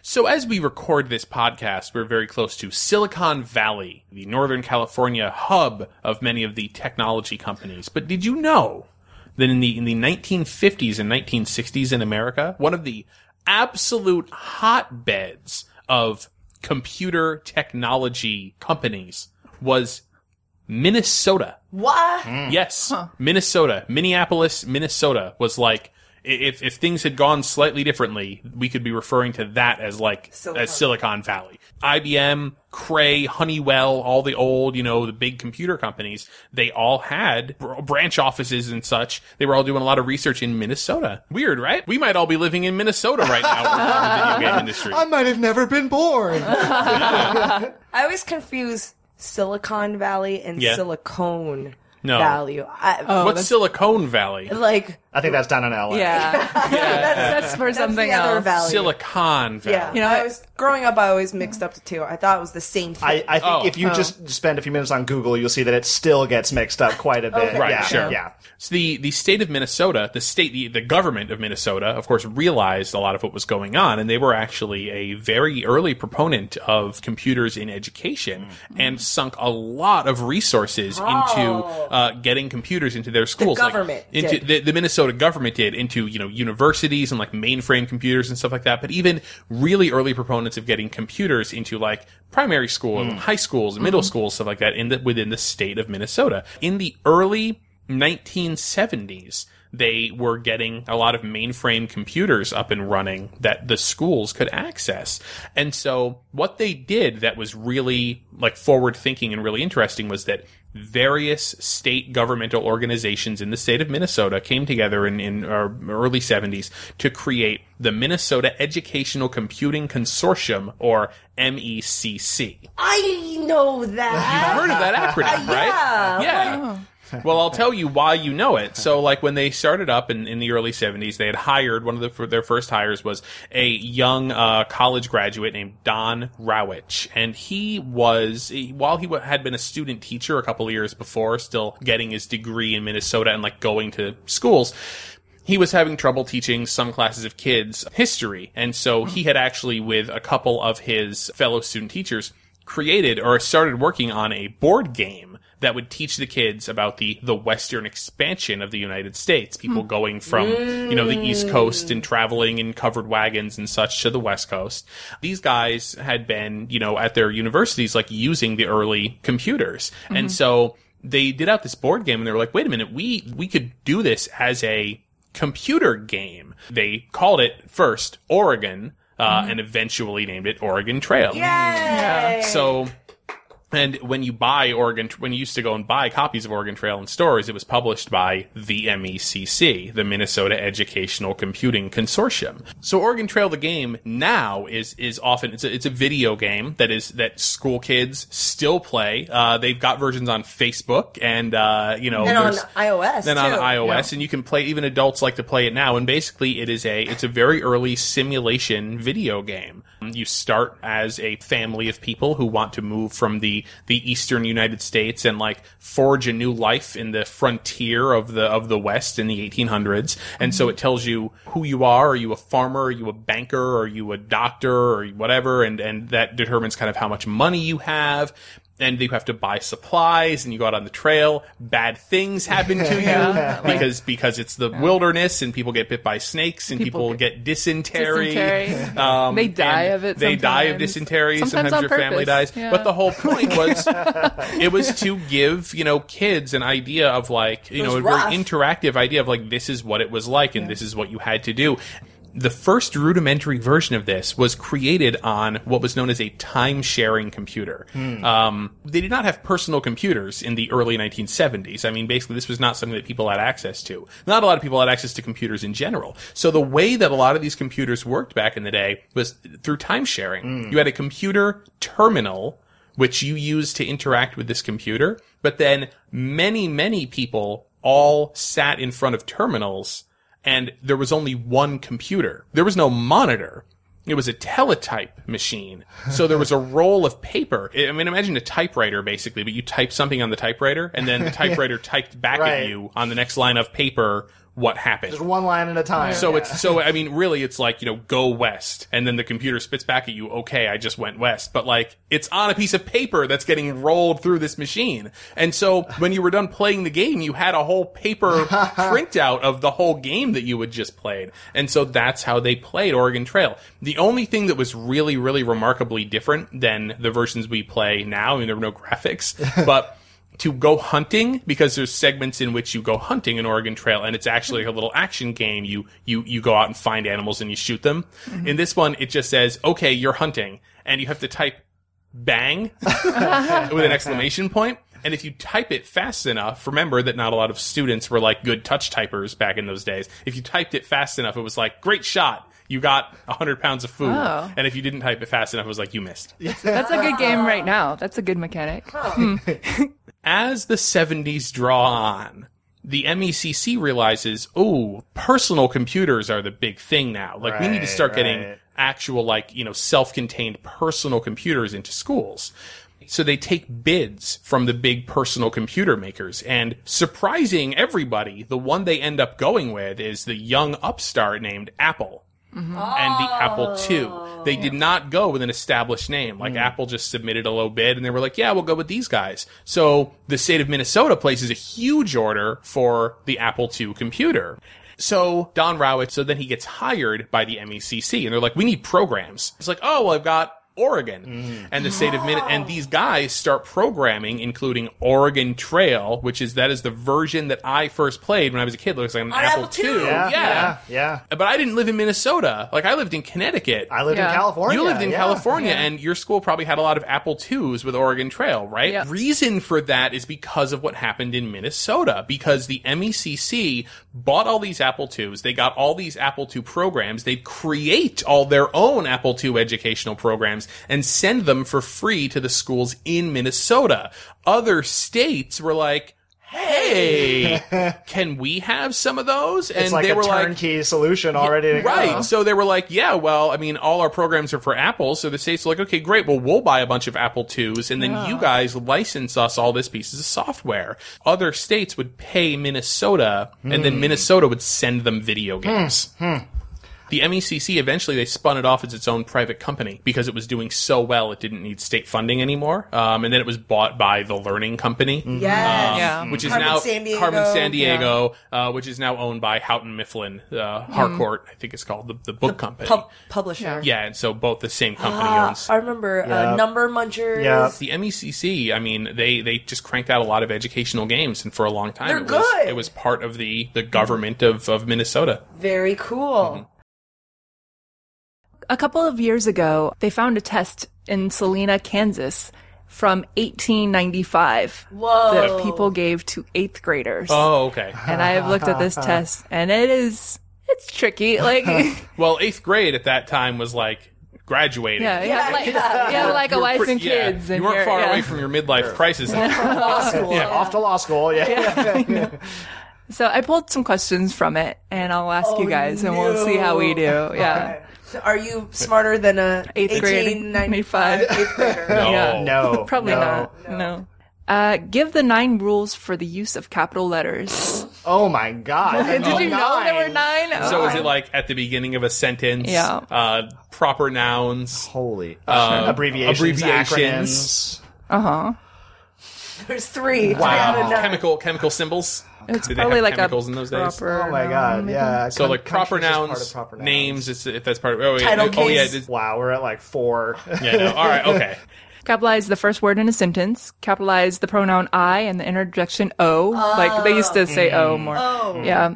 S4: So, as we record this podcast, we're very close to Silicon Valley, the Northern California hub of many of the technology companies. But did you know that in the, in the 1950s and 1960s in America, one of the absolute hotbeds of computer technology companies was Minnesota?
S1: What?
S4: Yes, Minnesota, Minneapolis, Minnesota was like i- if if things had gone slightly differently, we could be referring to that as like as Silicon Valley. IBM, Cray, Honeywell, all the old, you know, the big computer companies, they all had br- branch offices and such. They were all doing a lot of research in Minnesota. Weird, right? We might all be living in Minnesota right now with the video game industry.
S2: I might have never been born.
S1: I always confuse Silicon Valley and
S4: Yeah.
S1: Silicone
S4: No.
S1: Valley. I,
S4: What's Silicon Valley?
S1: Oh, Like,
S2: I think that's down in LA.
S3: yeah. That's for
S1: that's
S3: something
S1: the other
S3: else.
S1: valley.
S4: Silicon Valley.
S1: Yeah.
S3: You know,
S1: I
S3: I-
S1: was, growing up, I always mixed up the two. I thought it was the same thing.
S2: I, I think
S4: Oh.
S2: if you just spend a few minutes on Google, you'll see that it still gets mixed up quite a bit.
S4: Right,
S2: yeah,
S4: sure.
S2: Yeah.
S4: So the, the state of Minnesota, the state, the, the government of Minnesota, of course, realized a lot of what was going on, and they were actually a very early proponent of computers in education
S1: Mm-hmm.
S4: and sunk a lot of resources into uh, getting computers into their schools. like,
S1: government
S4: into
S1: did.
S4: the, the Minnesota government did into you know universities and like mainframe computers and stuff like that. But even really early proponents of getting computers into like primary school and high schools and middle schools stuff like that in the within the state of Minnesota in the early 1970s. They were getting a lot of mainframe computers up and running that the schools could access. And so what they did that was really like forward thinking and really interesting was that various state governmental organizations in the state of Minnesota came together in, in our early 70s to create the Minnesota Educational Computing Consortium, or E MECC.
S1: I know that.
S4: You've heard of that acronym, right? Yeah. Well, I'll tell you why you know it. So, like when they started up in, in the early '70s, they had hired one of the, for their first hires was a young uh, college graduate named Don Rowich, and he was he- while he wa- had been a student teacher a couple of years before, still getting his degree in Minnesota and like going to schools he was having trouble teaching some classes of kids history. And so he had actually, with a couple of his fellow student teachers, created or started working on a board game that would teach the kids about the, the western expansion of the United States. People going from, you know, the East Coast and traveling in covered wagons and such to the West Coast. These guys had been, you know, at their universities, like using the early computers. And so they did out this board game and they were like, wait a minute, we, we could do this as a computer game. They called it first Oregon, uh, and eventually named it Oregon Trail.
S1: Yay!
S4: So And when you buy Oregon, when you used to go and buy copies of Oregon Trail in stores, it was published by the MECC, the Minnesota Educational Computing Consortium. So Oregon Trail, the game now is is often it's a, it's a video game that is that school kids still play. Uh, they've got versions on Facebook and uh, you know
S1: And on
S4: there's-
S1: iOS,
S4: Then on
S1: too.
S4: iOS, and you can play. Even adults like to play it now. And basically, it is a it's a very early simulation video game. You start as a family of people who want to move from the the eastern United States and like forge a new life in the frontier of the of the West in the 1800s. And so it tells you who you are. Are you a farmer? Are you a banker? Are you a doctor? Or whatever? And and that determines kind of how much money you have and you have to buy supplies and you go out on the trail bad things happen to you because because it's the wilderness and people get bit by snakes and people,
S3: People
S4: get,
S3: get
S4: dysentery,
S3: Dysentery.
S4: Um,
S3: They die
S4: and
S3: of it
S4: they die of
S3: sometimes.
S4: dysentery sometimes,
S3: Sometimes on
S4: your family
S3: purpose.
S4: dies
S3: Yeah.
S4: but the whole point was it was to give you know kids an idea of like
S1: It
S4: you know
S1: was
S4: a very
S1: rough.
S4: interactive idea of like this is what it was like and this is what you had to do the first rudimentary version of this was created on what was known as a time sharing computer.
S3: Hmm.
S4: Um, they did not have personal computers in the early 1970s. I mean, basically, this was not something that people had access to. Not a lot of people had access to computers in general. So the way that a lot of these computers worked back in the day was through time sharing. You had a computer terminal which you use to interact with this computer. But then many, many people all sat in front of terminals and there was only one computer. There was no monitor. It was a teletype machine. So there was a roll of paper. I I mean, imagine a typewriter basically, but you type something on the typewriter and then the typewriter typed back
S2: Right.
S4: at you on the next line of paper what happened.
S2: Just one line at a time.
S4: So it's so I mean really it's like you know go west and then the computer spits back at you okay I just went west but like it's on a piece of paper that's getting rolled through this machine and so when you were done playing the game you had a whole paper printout of the whole game that you had just played and so that's how they played Oregon Trail the only thing that was really really remarkably different than the versions we play now I mean there were no graphics but to go hunting because there's segments in which you go hunting in Oregon Trail and it's actually like a little action game. You you you go out and find animals and you shoot them. In this one, it just says, "Okay, you're hunting," and you have to type "bang" with an exclamation point. And if you type it fast enough, remember that not a lot of students were like good touch typers back in those days. If you typed it fast enough, it was like, "Great shot." You got 100 pounds of food.
S3: Oh.
S4: And if you didn't type it fast enough, it was like, you missed.
S3: That's a good game right now. That's a good mechanic.
S4: as the 70s draw on, the MECC realizes, oh, personal computers are the big thing now. Like, we need to
S2: Right,
S4: start getting
S2: right.
S4: actual, like, you know, self contained personal computers into schools. So they take bids from the big personal computer makers and surprising everybody, the one they end up going with is the young upstart named Apple and the Apple II. They did not go with an established name.
S2: Hmm.
S4: Like Apple just submitted a low bid and they were like, yeah, we'll go with these guys. So the state of Minnesota places a huge order for the Apple II computer. So Don Rowitz, so then he gets hired by the MECC and they're like, we need programs. It's like, oh, well, I've got Oregon
S2: Hmm.
S4: and the state of Min and these guys start programming, including Oregon Trail, which is that is the version that I first played when I was a kid. Looks like an
S1: On
S4: Apple,
S1: Apple II.
S4: II.
S2: yeah,
S4: yeah,
S2: yeah, yeah.
S4: but I didn't live in Minnesota. Like I lived in Connecticut.
S2: I lived in
S3: Yeah.
S2: California.
S4: you lived in
S2: yeah.
S4: California, and your school probably had a lot of Apple twos with Oregon Trail, right?
S3: Yeah.
S4: Reason for that is because of what happened in Minnesota, because the MECC bought all these Apple twos. They got all these Apple II programs. They create all their own Apple II educational programs and send them for free to the schools in Minnesota. Other states were like, Hey, can we have some of those? And
S2: It's like
S4: they
S2: a
S4: were like,
S2: turnkey solution already. to go.
S4: Right. So they were like, yeah, well, I mean, all our programs are for Apple. So the states were like, okay, great. Well, we'll buy a bunch of Apple twos and then you guys license us all this pieces of software. Other states would pay Minnesota and then Minnesota would send them video games. The MECC eventually they spun it off as its own private company because it was doing so well it didn't need state funding anymore. Um, and then it was bought by the Learning Company
S1: Hmm. Yes.
S3: Yeah.
S4: which is
S1: Carmen
S4: now
S1: San Diego.
S4: Carmen San Diego, uh, which is now owned by Houghton Mifflin uh, Harcourt, I think it's called the, the book company.
S1: Pub- publisher. Ah,
S4: yeah, and so both the same company owns.
S1: I remember uh, Number Munchers.
S2: Yeah.
S4: the MECC, I mean, they, they just cranked out a lot of educational games, and for a long time
S1: They're
S4: it was
S1: good.
S4: it was part of the, the government of, of Minnesota.
S1: Very cool.
S3: A couple of years ago, they found a test in Salina, Kansas from 1895
S1: Whoa.
S3: that people gave to eighth graders.
S4: Oh, okay.
S3: And I have looked at this test, and it is it's tricky. Like,
S4: Well, eighth grade at that time was like graduating.
S3: yeah, you have like,
S1: yeah.
S3: you have like a
S4: You were
S3: wife
S4: pretty-
S3: and
S4: yeah,
S3: kids.
S4: you
S3: and
S4: weren't
S3: you're-
S4: far
S3: yeah.
S4: away from your midlife crisis.
S1: Law school.
S2: Yeah, off to law school. Yeah.
S3: So I pulled some questions from it, and I'll ask you guys, and we'll see how we do. Yeah,
S4: Mm-hmm.
S1: So Are you smarter than a
S3: eighth grade,
S1: 1895
S3: 95.
S1: eighth grader?
S4: No.
S3: Yeah.
S2: No.
S3: Probably
S2: no.
S3: not. No. Uh, give the nine rules for the use of capital letters.
S2: Oh my god.
S3: Did you know there were nine?
S4: So
S3: Oh.
S4: is it like at the beginning of a sentence?
S3: Yeah.
S4: Uh, proper nouns.
S2: Holy
S4: Uh,
S2: abbreviations,
S4: abbreviations.
S2: abbreviations.
S3: uh-huh.
S1: There's three. Three out of
S4: Wow.
S1: nine.
S4: Chemical chemical symbols.
S3: It's
S4: Did they
S3: probably
S4: have
S3: like
S4: chemicals
S3: a
S4: in those days?
S3: proper
S2: Oh my god. Yeah.
S4: So like proper
S2: Countries is part
S4: nouns,
S2: of proper
S4: names. It's if that's part of. Oh, wait,
S1: Title
S4: oh yeah.
S1: case.
S4: it is-
S2: Wow, we're at like four.
S4: yeah no. All right. Okay.
S3: Capitalize the first word in a sentence. Capitalize the pronoun I and the interjection O. like they used to say O more. Yeah.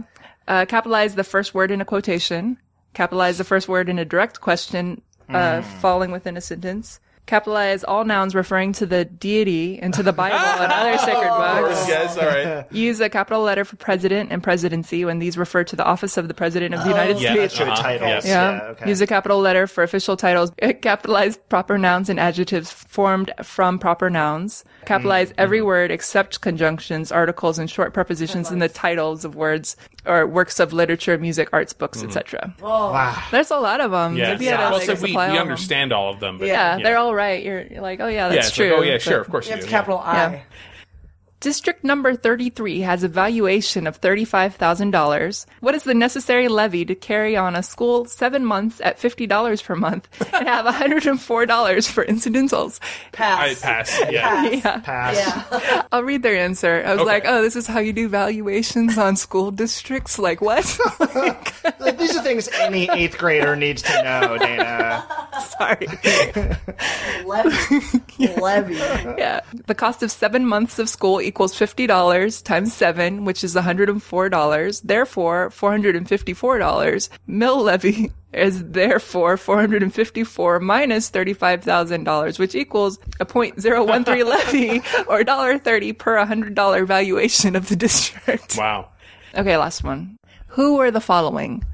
S3: Uh, capitalize the first word in a quotation. Capitalize the first word in a direct question uh, falling within a sentence. Capitalize all nouns referring to the deity and to the Bible and other sacred books.
S4: Yes. All right.
S3: Use a capital letter for president and presidency when these refer to the office of the president of the United
S4: Yeah.
S3: States.
S2: Should
S4: Uh-huh,
S2: titles.
S4: yes.
S3: Yeah.
S2: Yeah, okay.
S3: Use a capital letter for official titles. Capitalize proper nouns and adjectives formed from proper nouns. Capitalize
S4: Mm-hmm.
S3: every word except conjunctions, articles, and short prepositions in the titles of words or works of literature, music, arts, books, etc.
S2: Wow.
S3: There's a lot of them.
S4: Mm. Yeah.
S3: Maybe I don't
S4: Well,
S3: like,
S4: so we, we
S3: supply all of 'em.
S4: understand all of them. But,
S3: Yeah,
S4: you know.
S3: they're all right. You're, you're like, oh yeah,
S4: Yeah.
S3: that's
S4: it's
S3: true.
S4: like, oh yeah.
S3: but-
S4: Sure. Of course.
S1: You have
S4: do,
S1: to
S4: yeah.
S1: capital I.
S3: Yeah. District number 33 has a valuation of $35,000. What is the necessary levy to carry on a school seven months at $50 per month and have $104 for incidentals?
S4: I
S1: Pass.
S4: pass. Yeah.
S2: Pass.
S3: I'll read their answer. I was
S4: Okay.
S3: like, oh, this is how you do valuations on school districts? Like, what?
S2: Like, These are things any eighth grader needs to know, Dana.
S3: Sorry.
S1: Levy. Levy.
S3: Yeah. The cost of seven months of school equals $50 times seven, which is $104. Therefore, $454. Mill levy is therefore 454 minus $35,000, which equals a 0.013 levy or $1.30 per $100 valuation of the district.
S4: Wow.
S3: Okay, last one. Who were the following?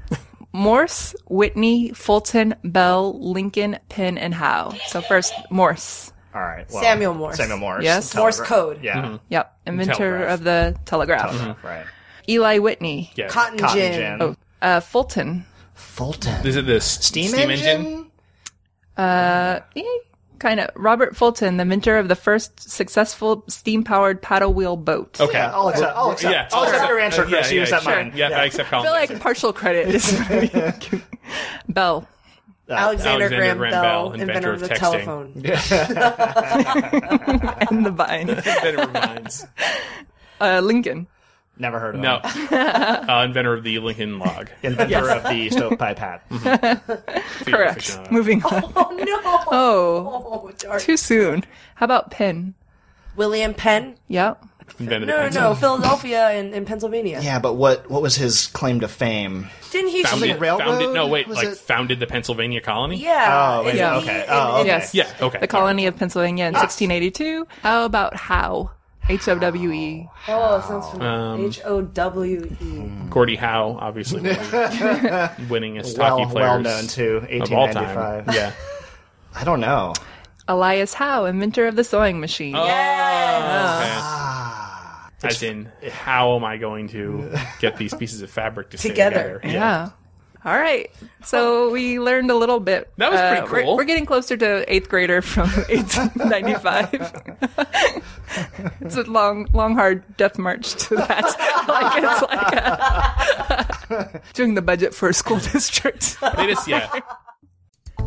S3: Morse, Whitney, Fulton, Bell, Lincoln, Penn, and Howe. So first, Morse.
S2: All right. well,
S1: Samuel Morse.
S2: Samuel Morse.
S3: Yes.
S2: Telegraph.
S1: Morse code.
S2: Yeah.
S4: Mm-hmm.
S3: Yep, inventor
S4: Telegraph.
S3: of the telegraph.
S2: Right.
S3: Eli Whitney.
S4: Yeah.
S1: Cotton,
S2: Cotton
S1: gin.
S2: gin.
S3: Oh, uh, Fulton.
S2: Fulton.
S4: Is it this
S2: steam,
S4: steam,
S2: engine?
S3: Kind of Robert Fulton, the inventor of the first successful steam-powered paddle wheel boat.
S4: Okay.
S2: Yeah, I'll accept. I'll accept.
S4: yeah,
S2: I'll
S4: sure.
S2: accept your answer,
S4: Uh, yeah,
S2: Chris.
S4: yeah,
S2: you accept
S4: sure.
S2: mine.
S4: Yeah, I accept
S3: I
S4: Colin.
S3: feel like partial credit is Bell.
S1: Alexander,
S4: Uh, Alexander
S1: Graham,
S4: Graham
S1: Bell,
S4: Bell,
S1: inventor,
S4: inventor
S1: of
S4: of
S1: the
S4: texting.
S1: telephone.
S3: and the vine.
S4: inventor of mines.
S3: Uh, Lincoln.
S2: Never heard of
S4: No,
S2: him.
S4: uh, inventor of the Lincoln log.
S2: Inventor of the stovepipe hat.
S4: Mm-hmm.
S3: Correct.
S4: Aficionado.
S3: Moving on.
S1: Oh no!
S3: Oh,
S1: Oh, dark.
S3: too soon. How about Penn?
S1: William Penn.
S3: Yep.
S4: Invented
S1: No, no,
S4: the pencil.
S1: no. Philadelphia in, in Pennsylvania.
S2: Yeah, but what what was his claim to fame?
S1: Didn't he?
S4: Founded,
S2: rail-
S4: founded, no,
S2: railroad?
S4: wait,
S2: Was
S4: like
S2: it-
S4: founded the Pennsylvania colony?
S1: yeah.
S2: Oh, wait,
S1: isn't
S3: yeah.
S1: he
S2: okay.
S1: in-
S2: Oh, okay.
S1: in-
S3: Yes.
S4: Yeah, okay.
S3: The colony of Pennsylvania in 1682. How about Howe? H O W E.
S1: Oh, it sounds
S2: Um,
S1: familiar. H O W E.
S4: Gordie Howe, obviously, winning as hockey
S2: Well,
S4: players.
S2: well known too.
S4: Of all
S2: 1895.
S4: time. Yeah.
S2: I don't know.
S3: Elias Howe, inventor of the sewing machine.
S1: Ah.
S4: Oh,
S2: Ah.
S4: okay. As in, how am I going to get these pieces of fabric to stay
S1: Together.
S4: together?
S3: Yeah. All right. So we learned a little bit. uh,
S4: That was pretty
S3: we're-
S4: cool.
S3: We're, getting closer to eighth grader from 1895. it's a long, long, hard death march to that. like it's like a, doing the budget for a school district.
S2: Oh.
S4: They just, yeah.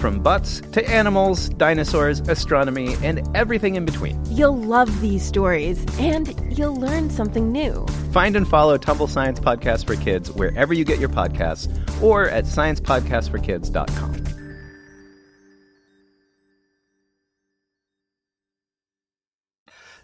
S6: from butts to animals, dinosaurs, astronomy, and everything in between.
S7: You'll love these stories and you'll learn something new.
S6: Find and follow Tumble Science Podcast for Kids wherever you get your podcasts or at sciencepodcastforkids.com.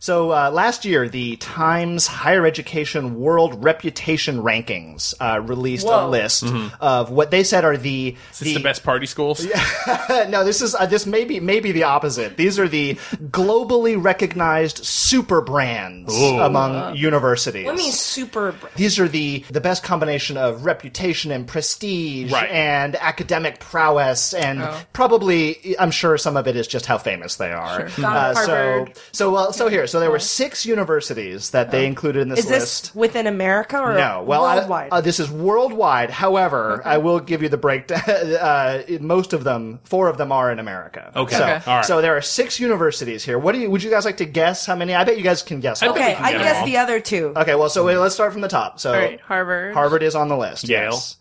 S2: So uh, last year, the Times Higher Education World Reputation Rankings uh, released a
S1: Whoa.
S2: list of what they said are the
S4: Is Mm-hmm. this the, best party schools?
S2: no, this is uh, this may be, may be the opposite. These are the globally recognized super brands among universities.
S1: What means super? br-
S2: These are the the best combination of reputation and prestige
S4: Right.
S2: and academic prowess and
S1: Oh.
S2: probably I'm sure some of it is just how famous they are. Uh, so
S1: Harvard.
S2: so well so here so there were six universities that
S4: Oh.
S2: they included in this
S1: Is
S2: list.
S1: this within America or
S2: No, well, I-
S1: worldwide?
S2: uh, this is worldwide. However, I will give you the breakdown. Uh, most of them, four of them, are in America.
S4: Okay.
S2: so,
S4: Okay. All right.
S2: so there are six universities here. What do you? Would you guys like to guess how many? I bet you guys can guess.
S4: bet we
S1: okay,
S4: can
S1: I
S4: get
S1: guess
S4: them all.
S1: the other two.
S2: Okay, well, so wait, let's start from the top. So
S3: All right, Harvard.
S2: Harvard is on the list.
S4: Yale.
S2: yes.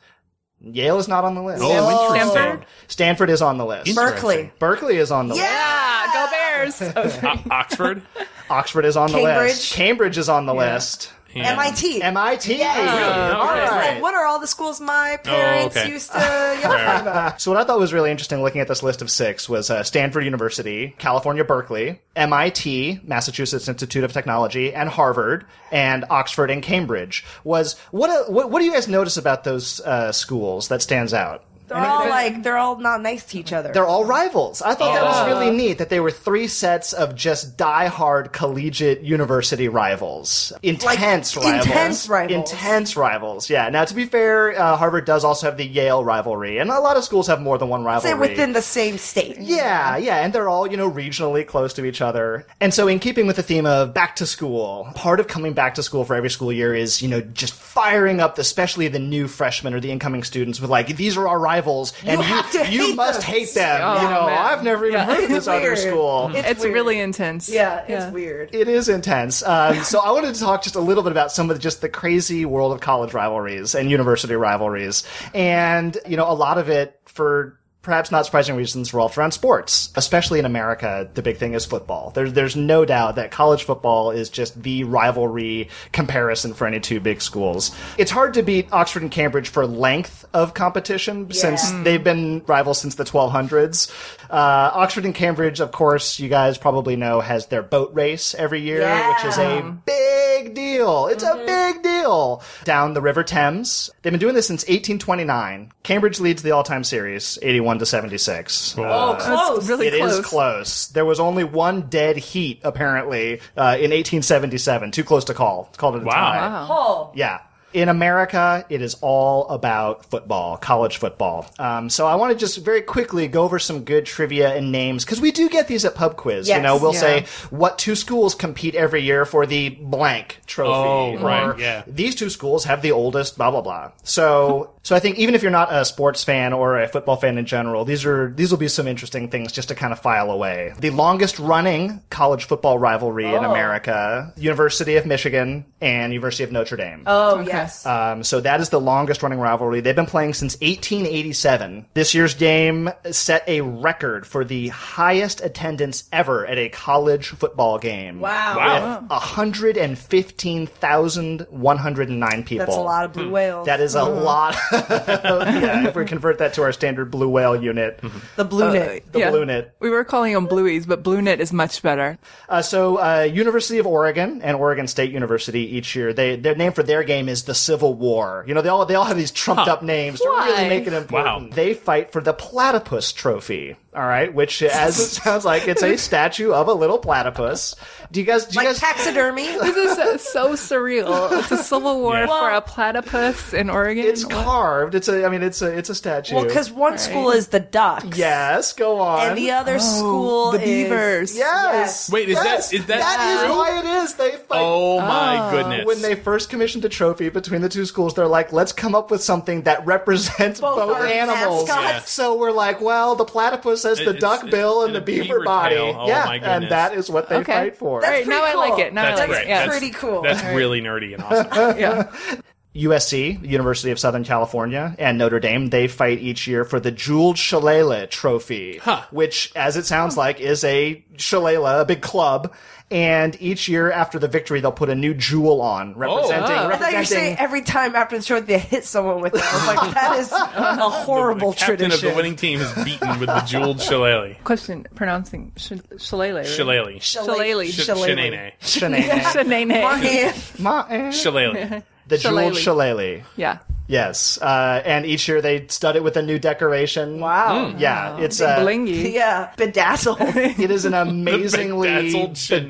S2: Yale is not on the list.
S4: Oh, interesting.
S3: Stanford.
S2: Stanford is on the list.
S1: Berkeley.
S2: Berkeley is on the list.
S3: Ah, go Bears. Okay.
S4: O- Oxford.
S2: Oxford is on the
S1: Cambridge.
S2: list. Cambridge is on the list.
S1: MIT.
S2: MIT.
S4: All
S1: Like, what are all the schools my
S2: Oh,
S1: parents
S4: okay.
S1: used to yell
S4: right.
S1: about?
S2: So what I thought was really interesting looking at this list of six was uh, Stanford University, California Berkeley, MIT, Massachusetts Institute of Technology, and Harvard, and Oxford and Cambridge. Was what uh, what, what do you guys notice about those uh, schools that stands out?
S1: They're all like they're all not nice to each other.
S2: They're all rivals. I thought that
S1: Oh.
S2: was really neat that they were three sets of just diehard collegiate university rivals. Intense rivals.
S1: intense rivals.
S2: Intense rivals, yeah. Now, to be fair, uh, Harvard does also have the Yale rivalry, and a lot of schools have more than one rivalry.
S1: Say within the same state.
S2: Yeah, yeah, and they're all, you know, regionally close to each other. And so in keeping with the theme of back to school, part of coming back to school for every school year is, you know, just firing up the, especially the new freshmen or the incoming students with like, these are our rivals and you,
S1: have to
S2: you
S1: hate
S2: must
S1: them."
S2: hate them.
S3: Oh,
S2: you know,
S3: man.
S2: I've never even heard of this other
S1: Weird. Mm-hmm.
S2: school.
S3: It's
S1: weird.
S3: really intense.
S1: Yeah, it's weird.
S2: It is intense. Um, so I wanted to talk just a little bit about some of the, just the crazy world of college rivalries and university rivalries, and you know a lot of it for. Perhaps not surprising reasons revolved around sports, especially in America. The big thing is football. There's there's no doubt that college football is just the rivalry comparison for any two big schools. It's hard to beat Oxford and Cambridge for length of competition since they've been rivals since the 1200s. Uh, Oxford and Cambridge, of course, you guys probably know, has their boat race every year,
S1: Yeah.
S2: which is a big deal. It's a big deal. Down the River Thames. They've been doing this since 1829. Cambridge leads the all-time series, 81 to 76.
S1: Oh, close.
S3: It's really
S2: It is
S3: close.
S2: close. There was only one dead heat, apparently, uh, in 1877. Too close to call. It's called it a tie.
S1: Paul.
S2: Yeah. In America, it is all about football, college football. Um, so I want to just very quickly go over some good trivia and names because we do get these at pub quiz. You
S1: Yes.
S2: know, we'll
S3: Yeah.
S2: say what two schools compete every year for the blank trophy.
S4: Oh, right,
S2: or
S4: yeah.
S2: These two schools have the oldest blah blah blah. So so I think even if you're not a sports fan or a football fan in general, these are these will be some interesting things just to kind of file away. The longest running college football rivalry
S1: Oh.
S2: in America, University of Michigan and University of Notre Dame.
S1: Oh yes.
S2: Um, so that is the longest running rivalry. They've been playing since 1887. This year's game set a record for the highest attendance ever at a college football game.
S1: wow.
S4: Wow.
S2: 115,109 people.
S1: That's a lot Uh-huh. of blue whales.
S2: Hmm. That is a lot. yeah, if we convert that to our standard blue whale unit,
S1: the blue
S3: Uh,
S1: knit.
S2: the blue knit.
S3: We were calling them blueies, but blue knit is much better.
S2: Uh, so, uh, University of Oregon and Oregon State University each year, they their name for their game is the Civil War. You know, they all they all have these trumped up names to really
S3: Why?
S2: make it important.
S4: Wow.
S2: They fight for the Platypus Trophy. All right, which as it sounds like, it's a statue of a little platypus. Do you guys? Do you
S1: Like
S2: guys?
S1: taxidermy.
S3: This is so, so surreal. It's a civil war for a platypus in Oregon.
S2: it's
S3: What?
S2: carved. It's a. I mean, it's a. It's a statue.
S1: well, because one school is the ducks.
S2: yes, go on.
S1: And the other
S2: Oh,
S1: school
S3: the
S1: is-
S3: beavers.
S2: yes.
S4: Wait, is that-
S2: yes,
S4: is that
S2: that is
S4: true?
S2: why it is they fight.
S4: Oh my goodness.
S2: when they first commissioned a trophy between the two schools, they're like, let's come up with something that represents both,
S1: our
S2: animals.
S1: mascots.
S4: Yeah.
S2: So we're like, well, the platypus has the
S4: It's-
S2: duck
S4: it's-
S2: bill and
S4: and
S2: the
S4: a
S2: beaver,
S4: beaver
S2: body.
S4: tail. Oh
S2: yeah,
S4: my
S2: and
S4: goodness.
S2: that is what they
S3: Okay.
S2: fight for.
S3: All right,
S1: pretty
S3: now I
S1: cool.
S3: like it. Now
S4: That's
S3: I like
S4: great.
S3: it. Yes.
S1: pretty cool.
S4: That's really nerdy and awesome.
S3: Yeah.
S2: USC, the University of Southern California, and Notre Dame, they fight each year for the Jeweled Shillelagh Trophy, which, as it sounds like, is a shillelagh, a big club. And each year after the victory, they'll put a new jewel on, representing.
S4: wow.
S1: Oh, ah. I thought you were saying
S2: representing
S1: every time after the show they hit someone with it. I was like, that is a horrible
S4: Captain
S1: tradition.
S4: of the winning team is beaten with the jeweled shillelagh.
S3: Question pronouncing sh- shillelagh. right?
S4: Shillelagh.
S3: Shillelagh.
S4: Sh-
S1: Shillelagh.
S4: Shenane.
S2: Shanae.
S3: Shillelagh.
S2: Ma- eh.
S4: Shillelagh.
S2: the Jeweled
S3: Shillelagh.
S2: Shillelagh.
S3: Yeah.
S2: Yes. Uh, and each year they stud it with a new decoration.
S1: Wow.
S2: Yeah, it's uh,
S3: Blingy.
S1: Hmm. Yeah, bedazzled.
S2: It is an amazingly
S4: bedazzled
S2: bedazzled,
S4: Shanae.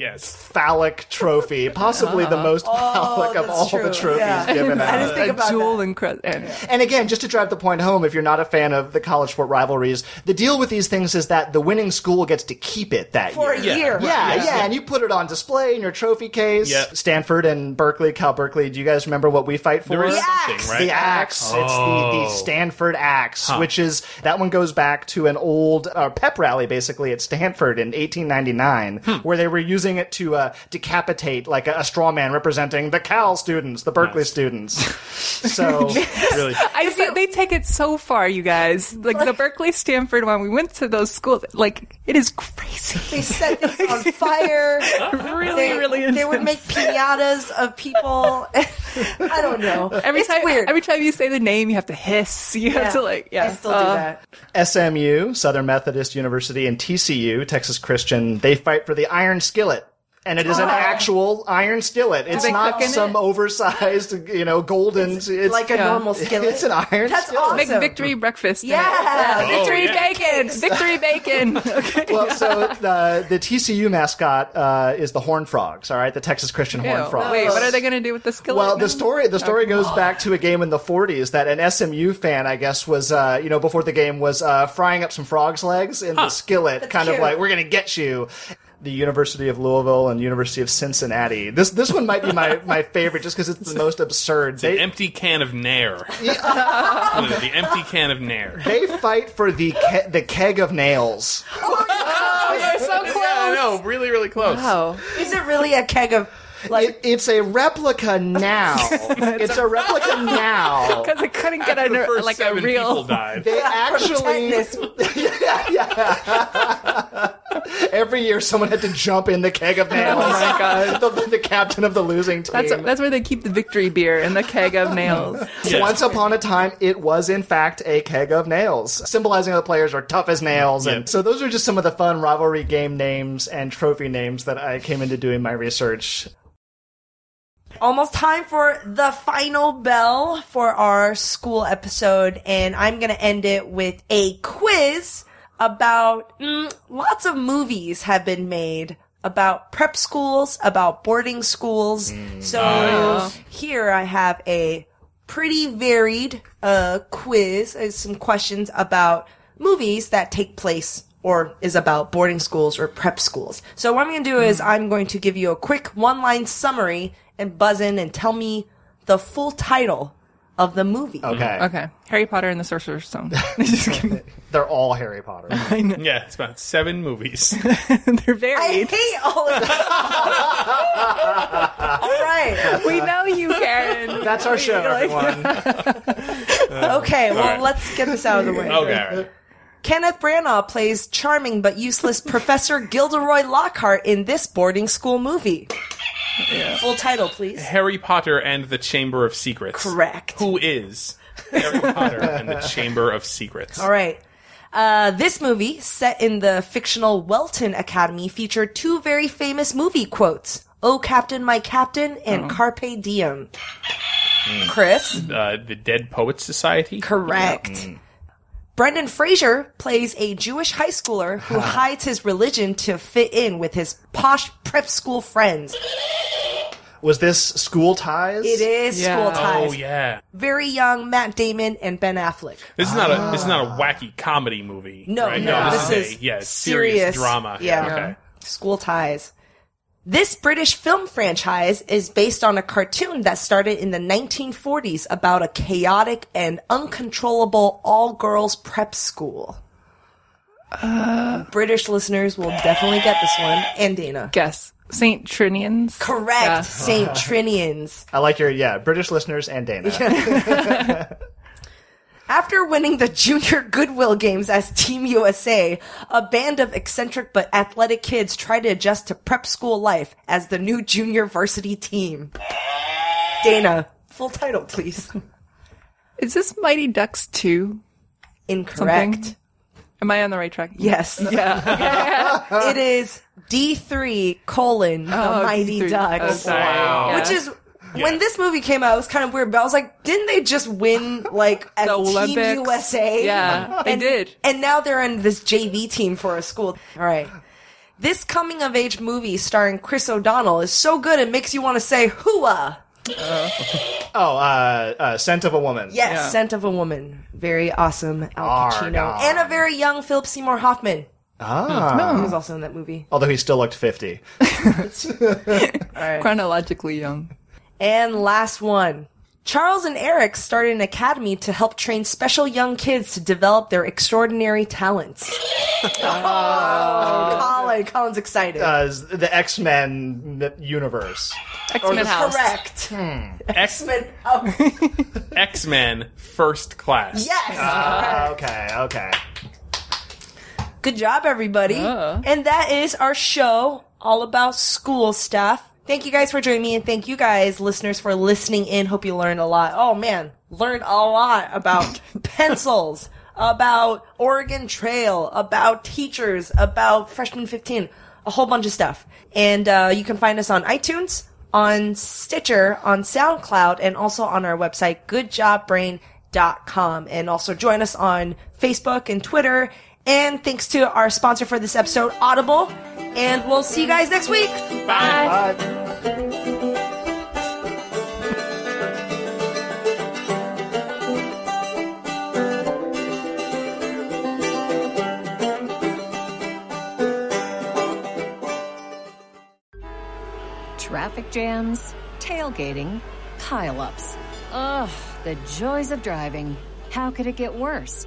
S4: Yes.
S2: phallic trophy, possibly the most phallic of
S1: Uh-huh. Oh, that's
S2: all
S1: true.
S2: the trophies
S1: Yeah.
S2: given
S1: I
S2: out.
S1: just think about
S3: Jewel
S1: that.
S3: and crust. And
S2: And again, just to drive the point home, if you're not a fan of the college sport rivalries, the deal with these things is that the winning school gets to keep it that
S1: for a
S2: year.
S1: year.
S2: Yeah, yeah, and you put it on display in your trophy case.
S4: Yeah.
S2: Stanford and Berkeley, Cal Berkeley. Do you guys remember what we fight for?
S4: There is
S1: The
S4: something,
S1: axe.
S4: right?
S2: The axe. It's the, the Stanford axe, which is that one goes back to an old uh, pep rally basically at Stanford in 1899, where they were using it to uh, decapitate like a, a straw man representing the Cal students, the Berkeley students. So
S4: Really.
S3: I just, they take it so far, you guys. Like, the Berkeley Stanford one, we went to those schools. Like it is crazy.
S1: They set things on fire.
S3: really,
S1: They,
S3: Oh, really.
S1: they would
S3: intense.
S1: make pinatas of people. I don't know.
S3: every
S1: it's
S3: time.
S1: weird.
S3: Every time you say the name, you have to hiss. You
S1: Yeah.
S3: have to like. Yeah.
S1: I still do
S3: Uh,
S1: that.
S2: SMU, Southern Methodist University, and TCU, Texas Christian, they fight for the iron skillet. And it is an actual iron skillet. It's
S3: they
S2: not
S3: cook in
S2: some
S3: it?
S2: oversized, you know, golden. It's,
S1: Like a
S3: Yeah.
S1: normal skillet.
S2: It's an iron
S1: That's
S2: skillet.
S1: awesome.
S3: Make victory breakfast. in it.
S1: Yeah.
S4: Oh,
S3: victory
S4: yeah.
S3: bacon. Victory bacon. Okay.
S2: Well, so the, the TCU mascot uh, is the Horn Frogs, all right? The Texas Christian Horn
S3: Ew.
S2: Frogs.
S3: Wait, what are they going to do with the skillet?
S2: Well,
S3: now?
S2: the story the story goes back to a game in the 40s that an SMU fan, I guess, was uh, you know before the game was uh, frying up some frogs' legs in the skillet, kind of
S1: cute.
S2: like we're gonna get you. The University of Louisville and University of Cincinnati. This this one might be my, my favorite just because it's the most absurd.
S4: An
S2: They,
S4: empty can of Nair. the empty can of Nair.
S2: they fight for the ke- the keg of nails.
S3: Oh, they're so close.
S4: Yeah, I know. Really, really close.
S3: Wow.
S1: Is it really a keg of like?
S2: It, it's a replica now. it's a replica now.
S3: Because I couldn't get
S4: The
S3: a
S4: first
S3: like a
S4: seven people
S3: real.
S4: died.
S2: They actually
S1: tetanus.
S2: yeah, yeah. Every year, someone had to jump in the keg of nails.
S3: Oh my god.
S2: the, the captain of the losing team.
S3: That's that's where they keep the victory beer and the keg of nails.
S4: Yes.
S2: Once upon a time, it was in fact a keg of nails, symbolizing the players are tough as nails. And
S4: Yep.
S2: so, those are just some of the fun rivalry game names and trophy names that I came into doing my research.
S1: Almost time for the final bell for our school episode, and I'm going to end it with a quiz about mm, lots of movies have been made about prep schools, about boarding schools. So here I have a pretty varied uh, quiz, uh, some questions about movies that take place or is about boarding schools or prep schools. So what I'm going to do is I'm going to give you a quick one-line summary and buzz in and tell me the full title of the movie.
S2: Okay.
S3: Okay, Harry Potter and the Sorcerer's Stone. Just kidding.
S2: They're all Harry Potter.
S4: Yeah, it's about seven movies.
S1: I
S3: They're varied.
S1: hate all of that. all right.
S3: We know you, Karen.
S2: That's our show,
S3: Like-
S2: everyone.
S1: Okay, well,
S4: right.
S1: let's get this out of the way.
S4: Okay. all right.
S1: Kenneth Branagh plays charming but useless Professor Gilderoy Lockhart in this boarding school movie. Full title, please.
S4: Harry Potter and the Chamber of Secrets.
S1: Correct.
S4: Who is Harry Potter and the Chamber of Secrets?
S1: All right. Uh, this movie, set in the fictional Welton Academy, featured two very famous movie quotes. Oh, Captain, my Captain, and Carpe Diem. Chris?
S4: Uh, the Dead Poets Society.
S1: Correct. Brendan Fraser plays a Jewish high schooler who hides his religion to fit in with his posh prep school friends.
S2: Was this School Ties?
S1: It is
S3: Yeah.
S1: school ties.
S4: Oh yeah,
S1: Very young Matt Damon and Ben Affleck.
S4: this is not a this is not a wacky comedy movie.
S1: No,
S4: right?
S1: no,
S4: this, is, a, yeah, serious, drama.
S1: Yeah.
S4: okay.
S1: School ties. This British film franchise is based on a cartoon that started in the 1940s about a chaotic and uncontrollable all girls prep school.
S4: Uh.
S1: British listeners will definitely get this one. And Dana.
S3: Guess. St. Trinian's?
S1: Correct.
S3: Yeah.
S1: St. Trinian's.
S2: I like your yeah, British listeners and Dana.
S1: After winning the Junior Goodwill Games as Team USA, a band of eccentric but athletic kids try to adjust to prep school life as the new junior varsity team. Dana, full title, please.
S3: Is this Mighty Ducks 2?
S1: Incorrect.
S3: Am I on the right track?
S1: Yes.
S3: Yeah.
S1: it is D3 colon the
S3: Oh,
S1: Mighty
S3: D3. Oh,
S1: Ducks.
S3: sorry.
S4: Wow.
S3: Yeah.
S1: Which is when this movie came out, it was kind of weird. But I was like, didn't they just win like as
S3: The
S1: Team
S3: Olympics.
S1: USA?
S3: Yeah, they
S1: and,
S3: did.
S1: And now they're in this JV team for a school. All right. This coming of age movie starring Chris O'Donnell is so good it makes you want to say hooah.
S2: oh, uh, uh, Scent of a Woman.
S1: Yes, Scent of a Woman. Very awesome Al Pacino.
S2: Argh.
S1: And a very young Philip Seymour Hoffman.
S2: Ah.
S1: Who was also in that movie.
S2: Although he still looked 50.
S3: Chronologically young.
S1: And last one. Charles and Eric started an academy to help train special young kids to develop their extraordinary talents. oh, Colin. Colin's excited.
S2: Uh, the X Men universe.
S3: X-Men House.
S1: Correct.
S2: Hmm.
S4: X
S1: Oh,
S4: X Men First Class.
S1: yes.
S2: okay, okay.
S1: Good job, everybody. And that is our show all about school stuff. Thank you guys for joining me and thank you guys, listeners, for listening in. Hope you learned a lot. Oh man, learned a lot about pencils, about Oregon Trail, about teachers, about freshman 15, a whole bunch of stuff. And uh, you can find us on iTunes, on Stitcher, on SoundCloud, and also on our website, goodjobbrain.com. And also join us on Facebook and Twitter. And thanks to our sponsor for this episode, Audible. And we'll see you guys next week.
S2: Bye.
S8: Traffic jams, tailgating, pileups. Ugh, the joys of driving. How could it get worse?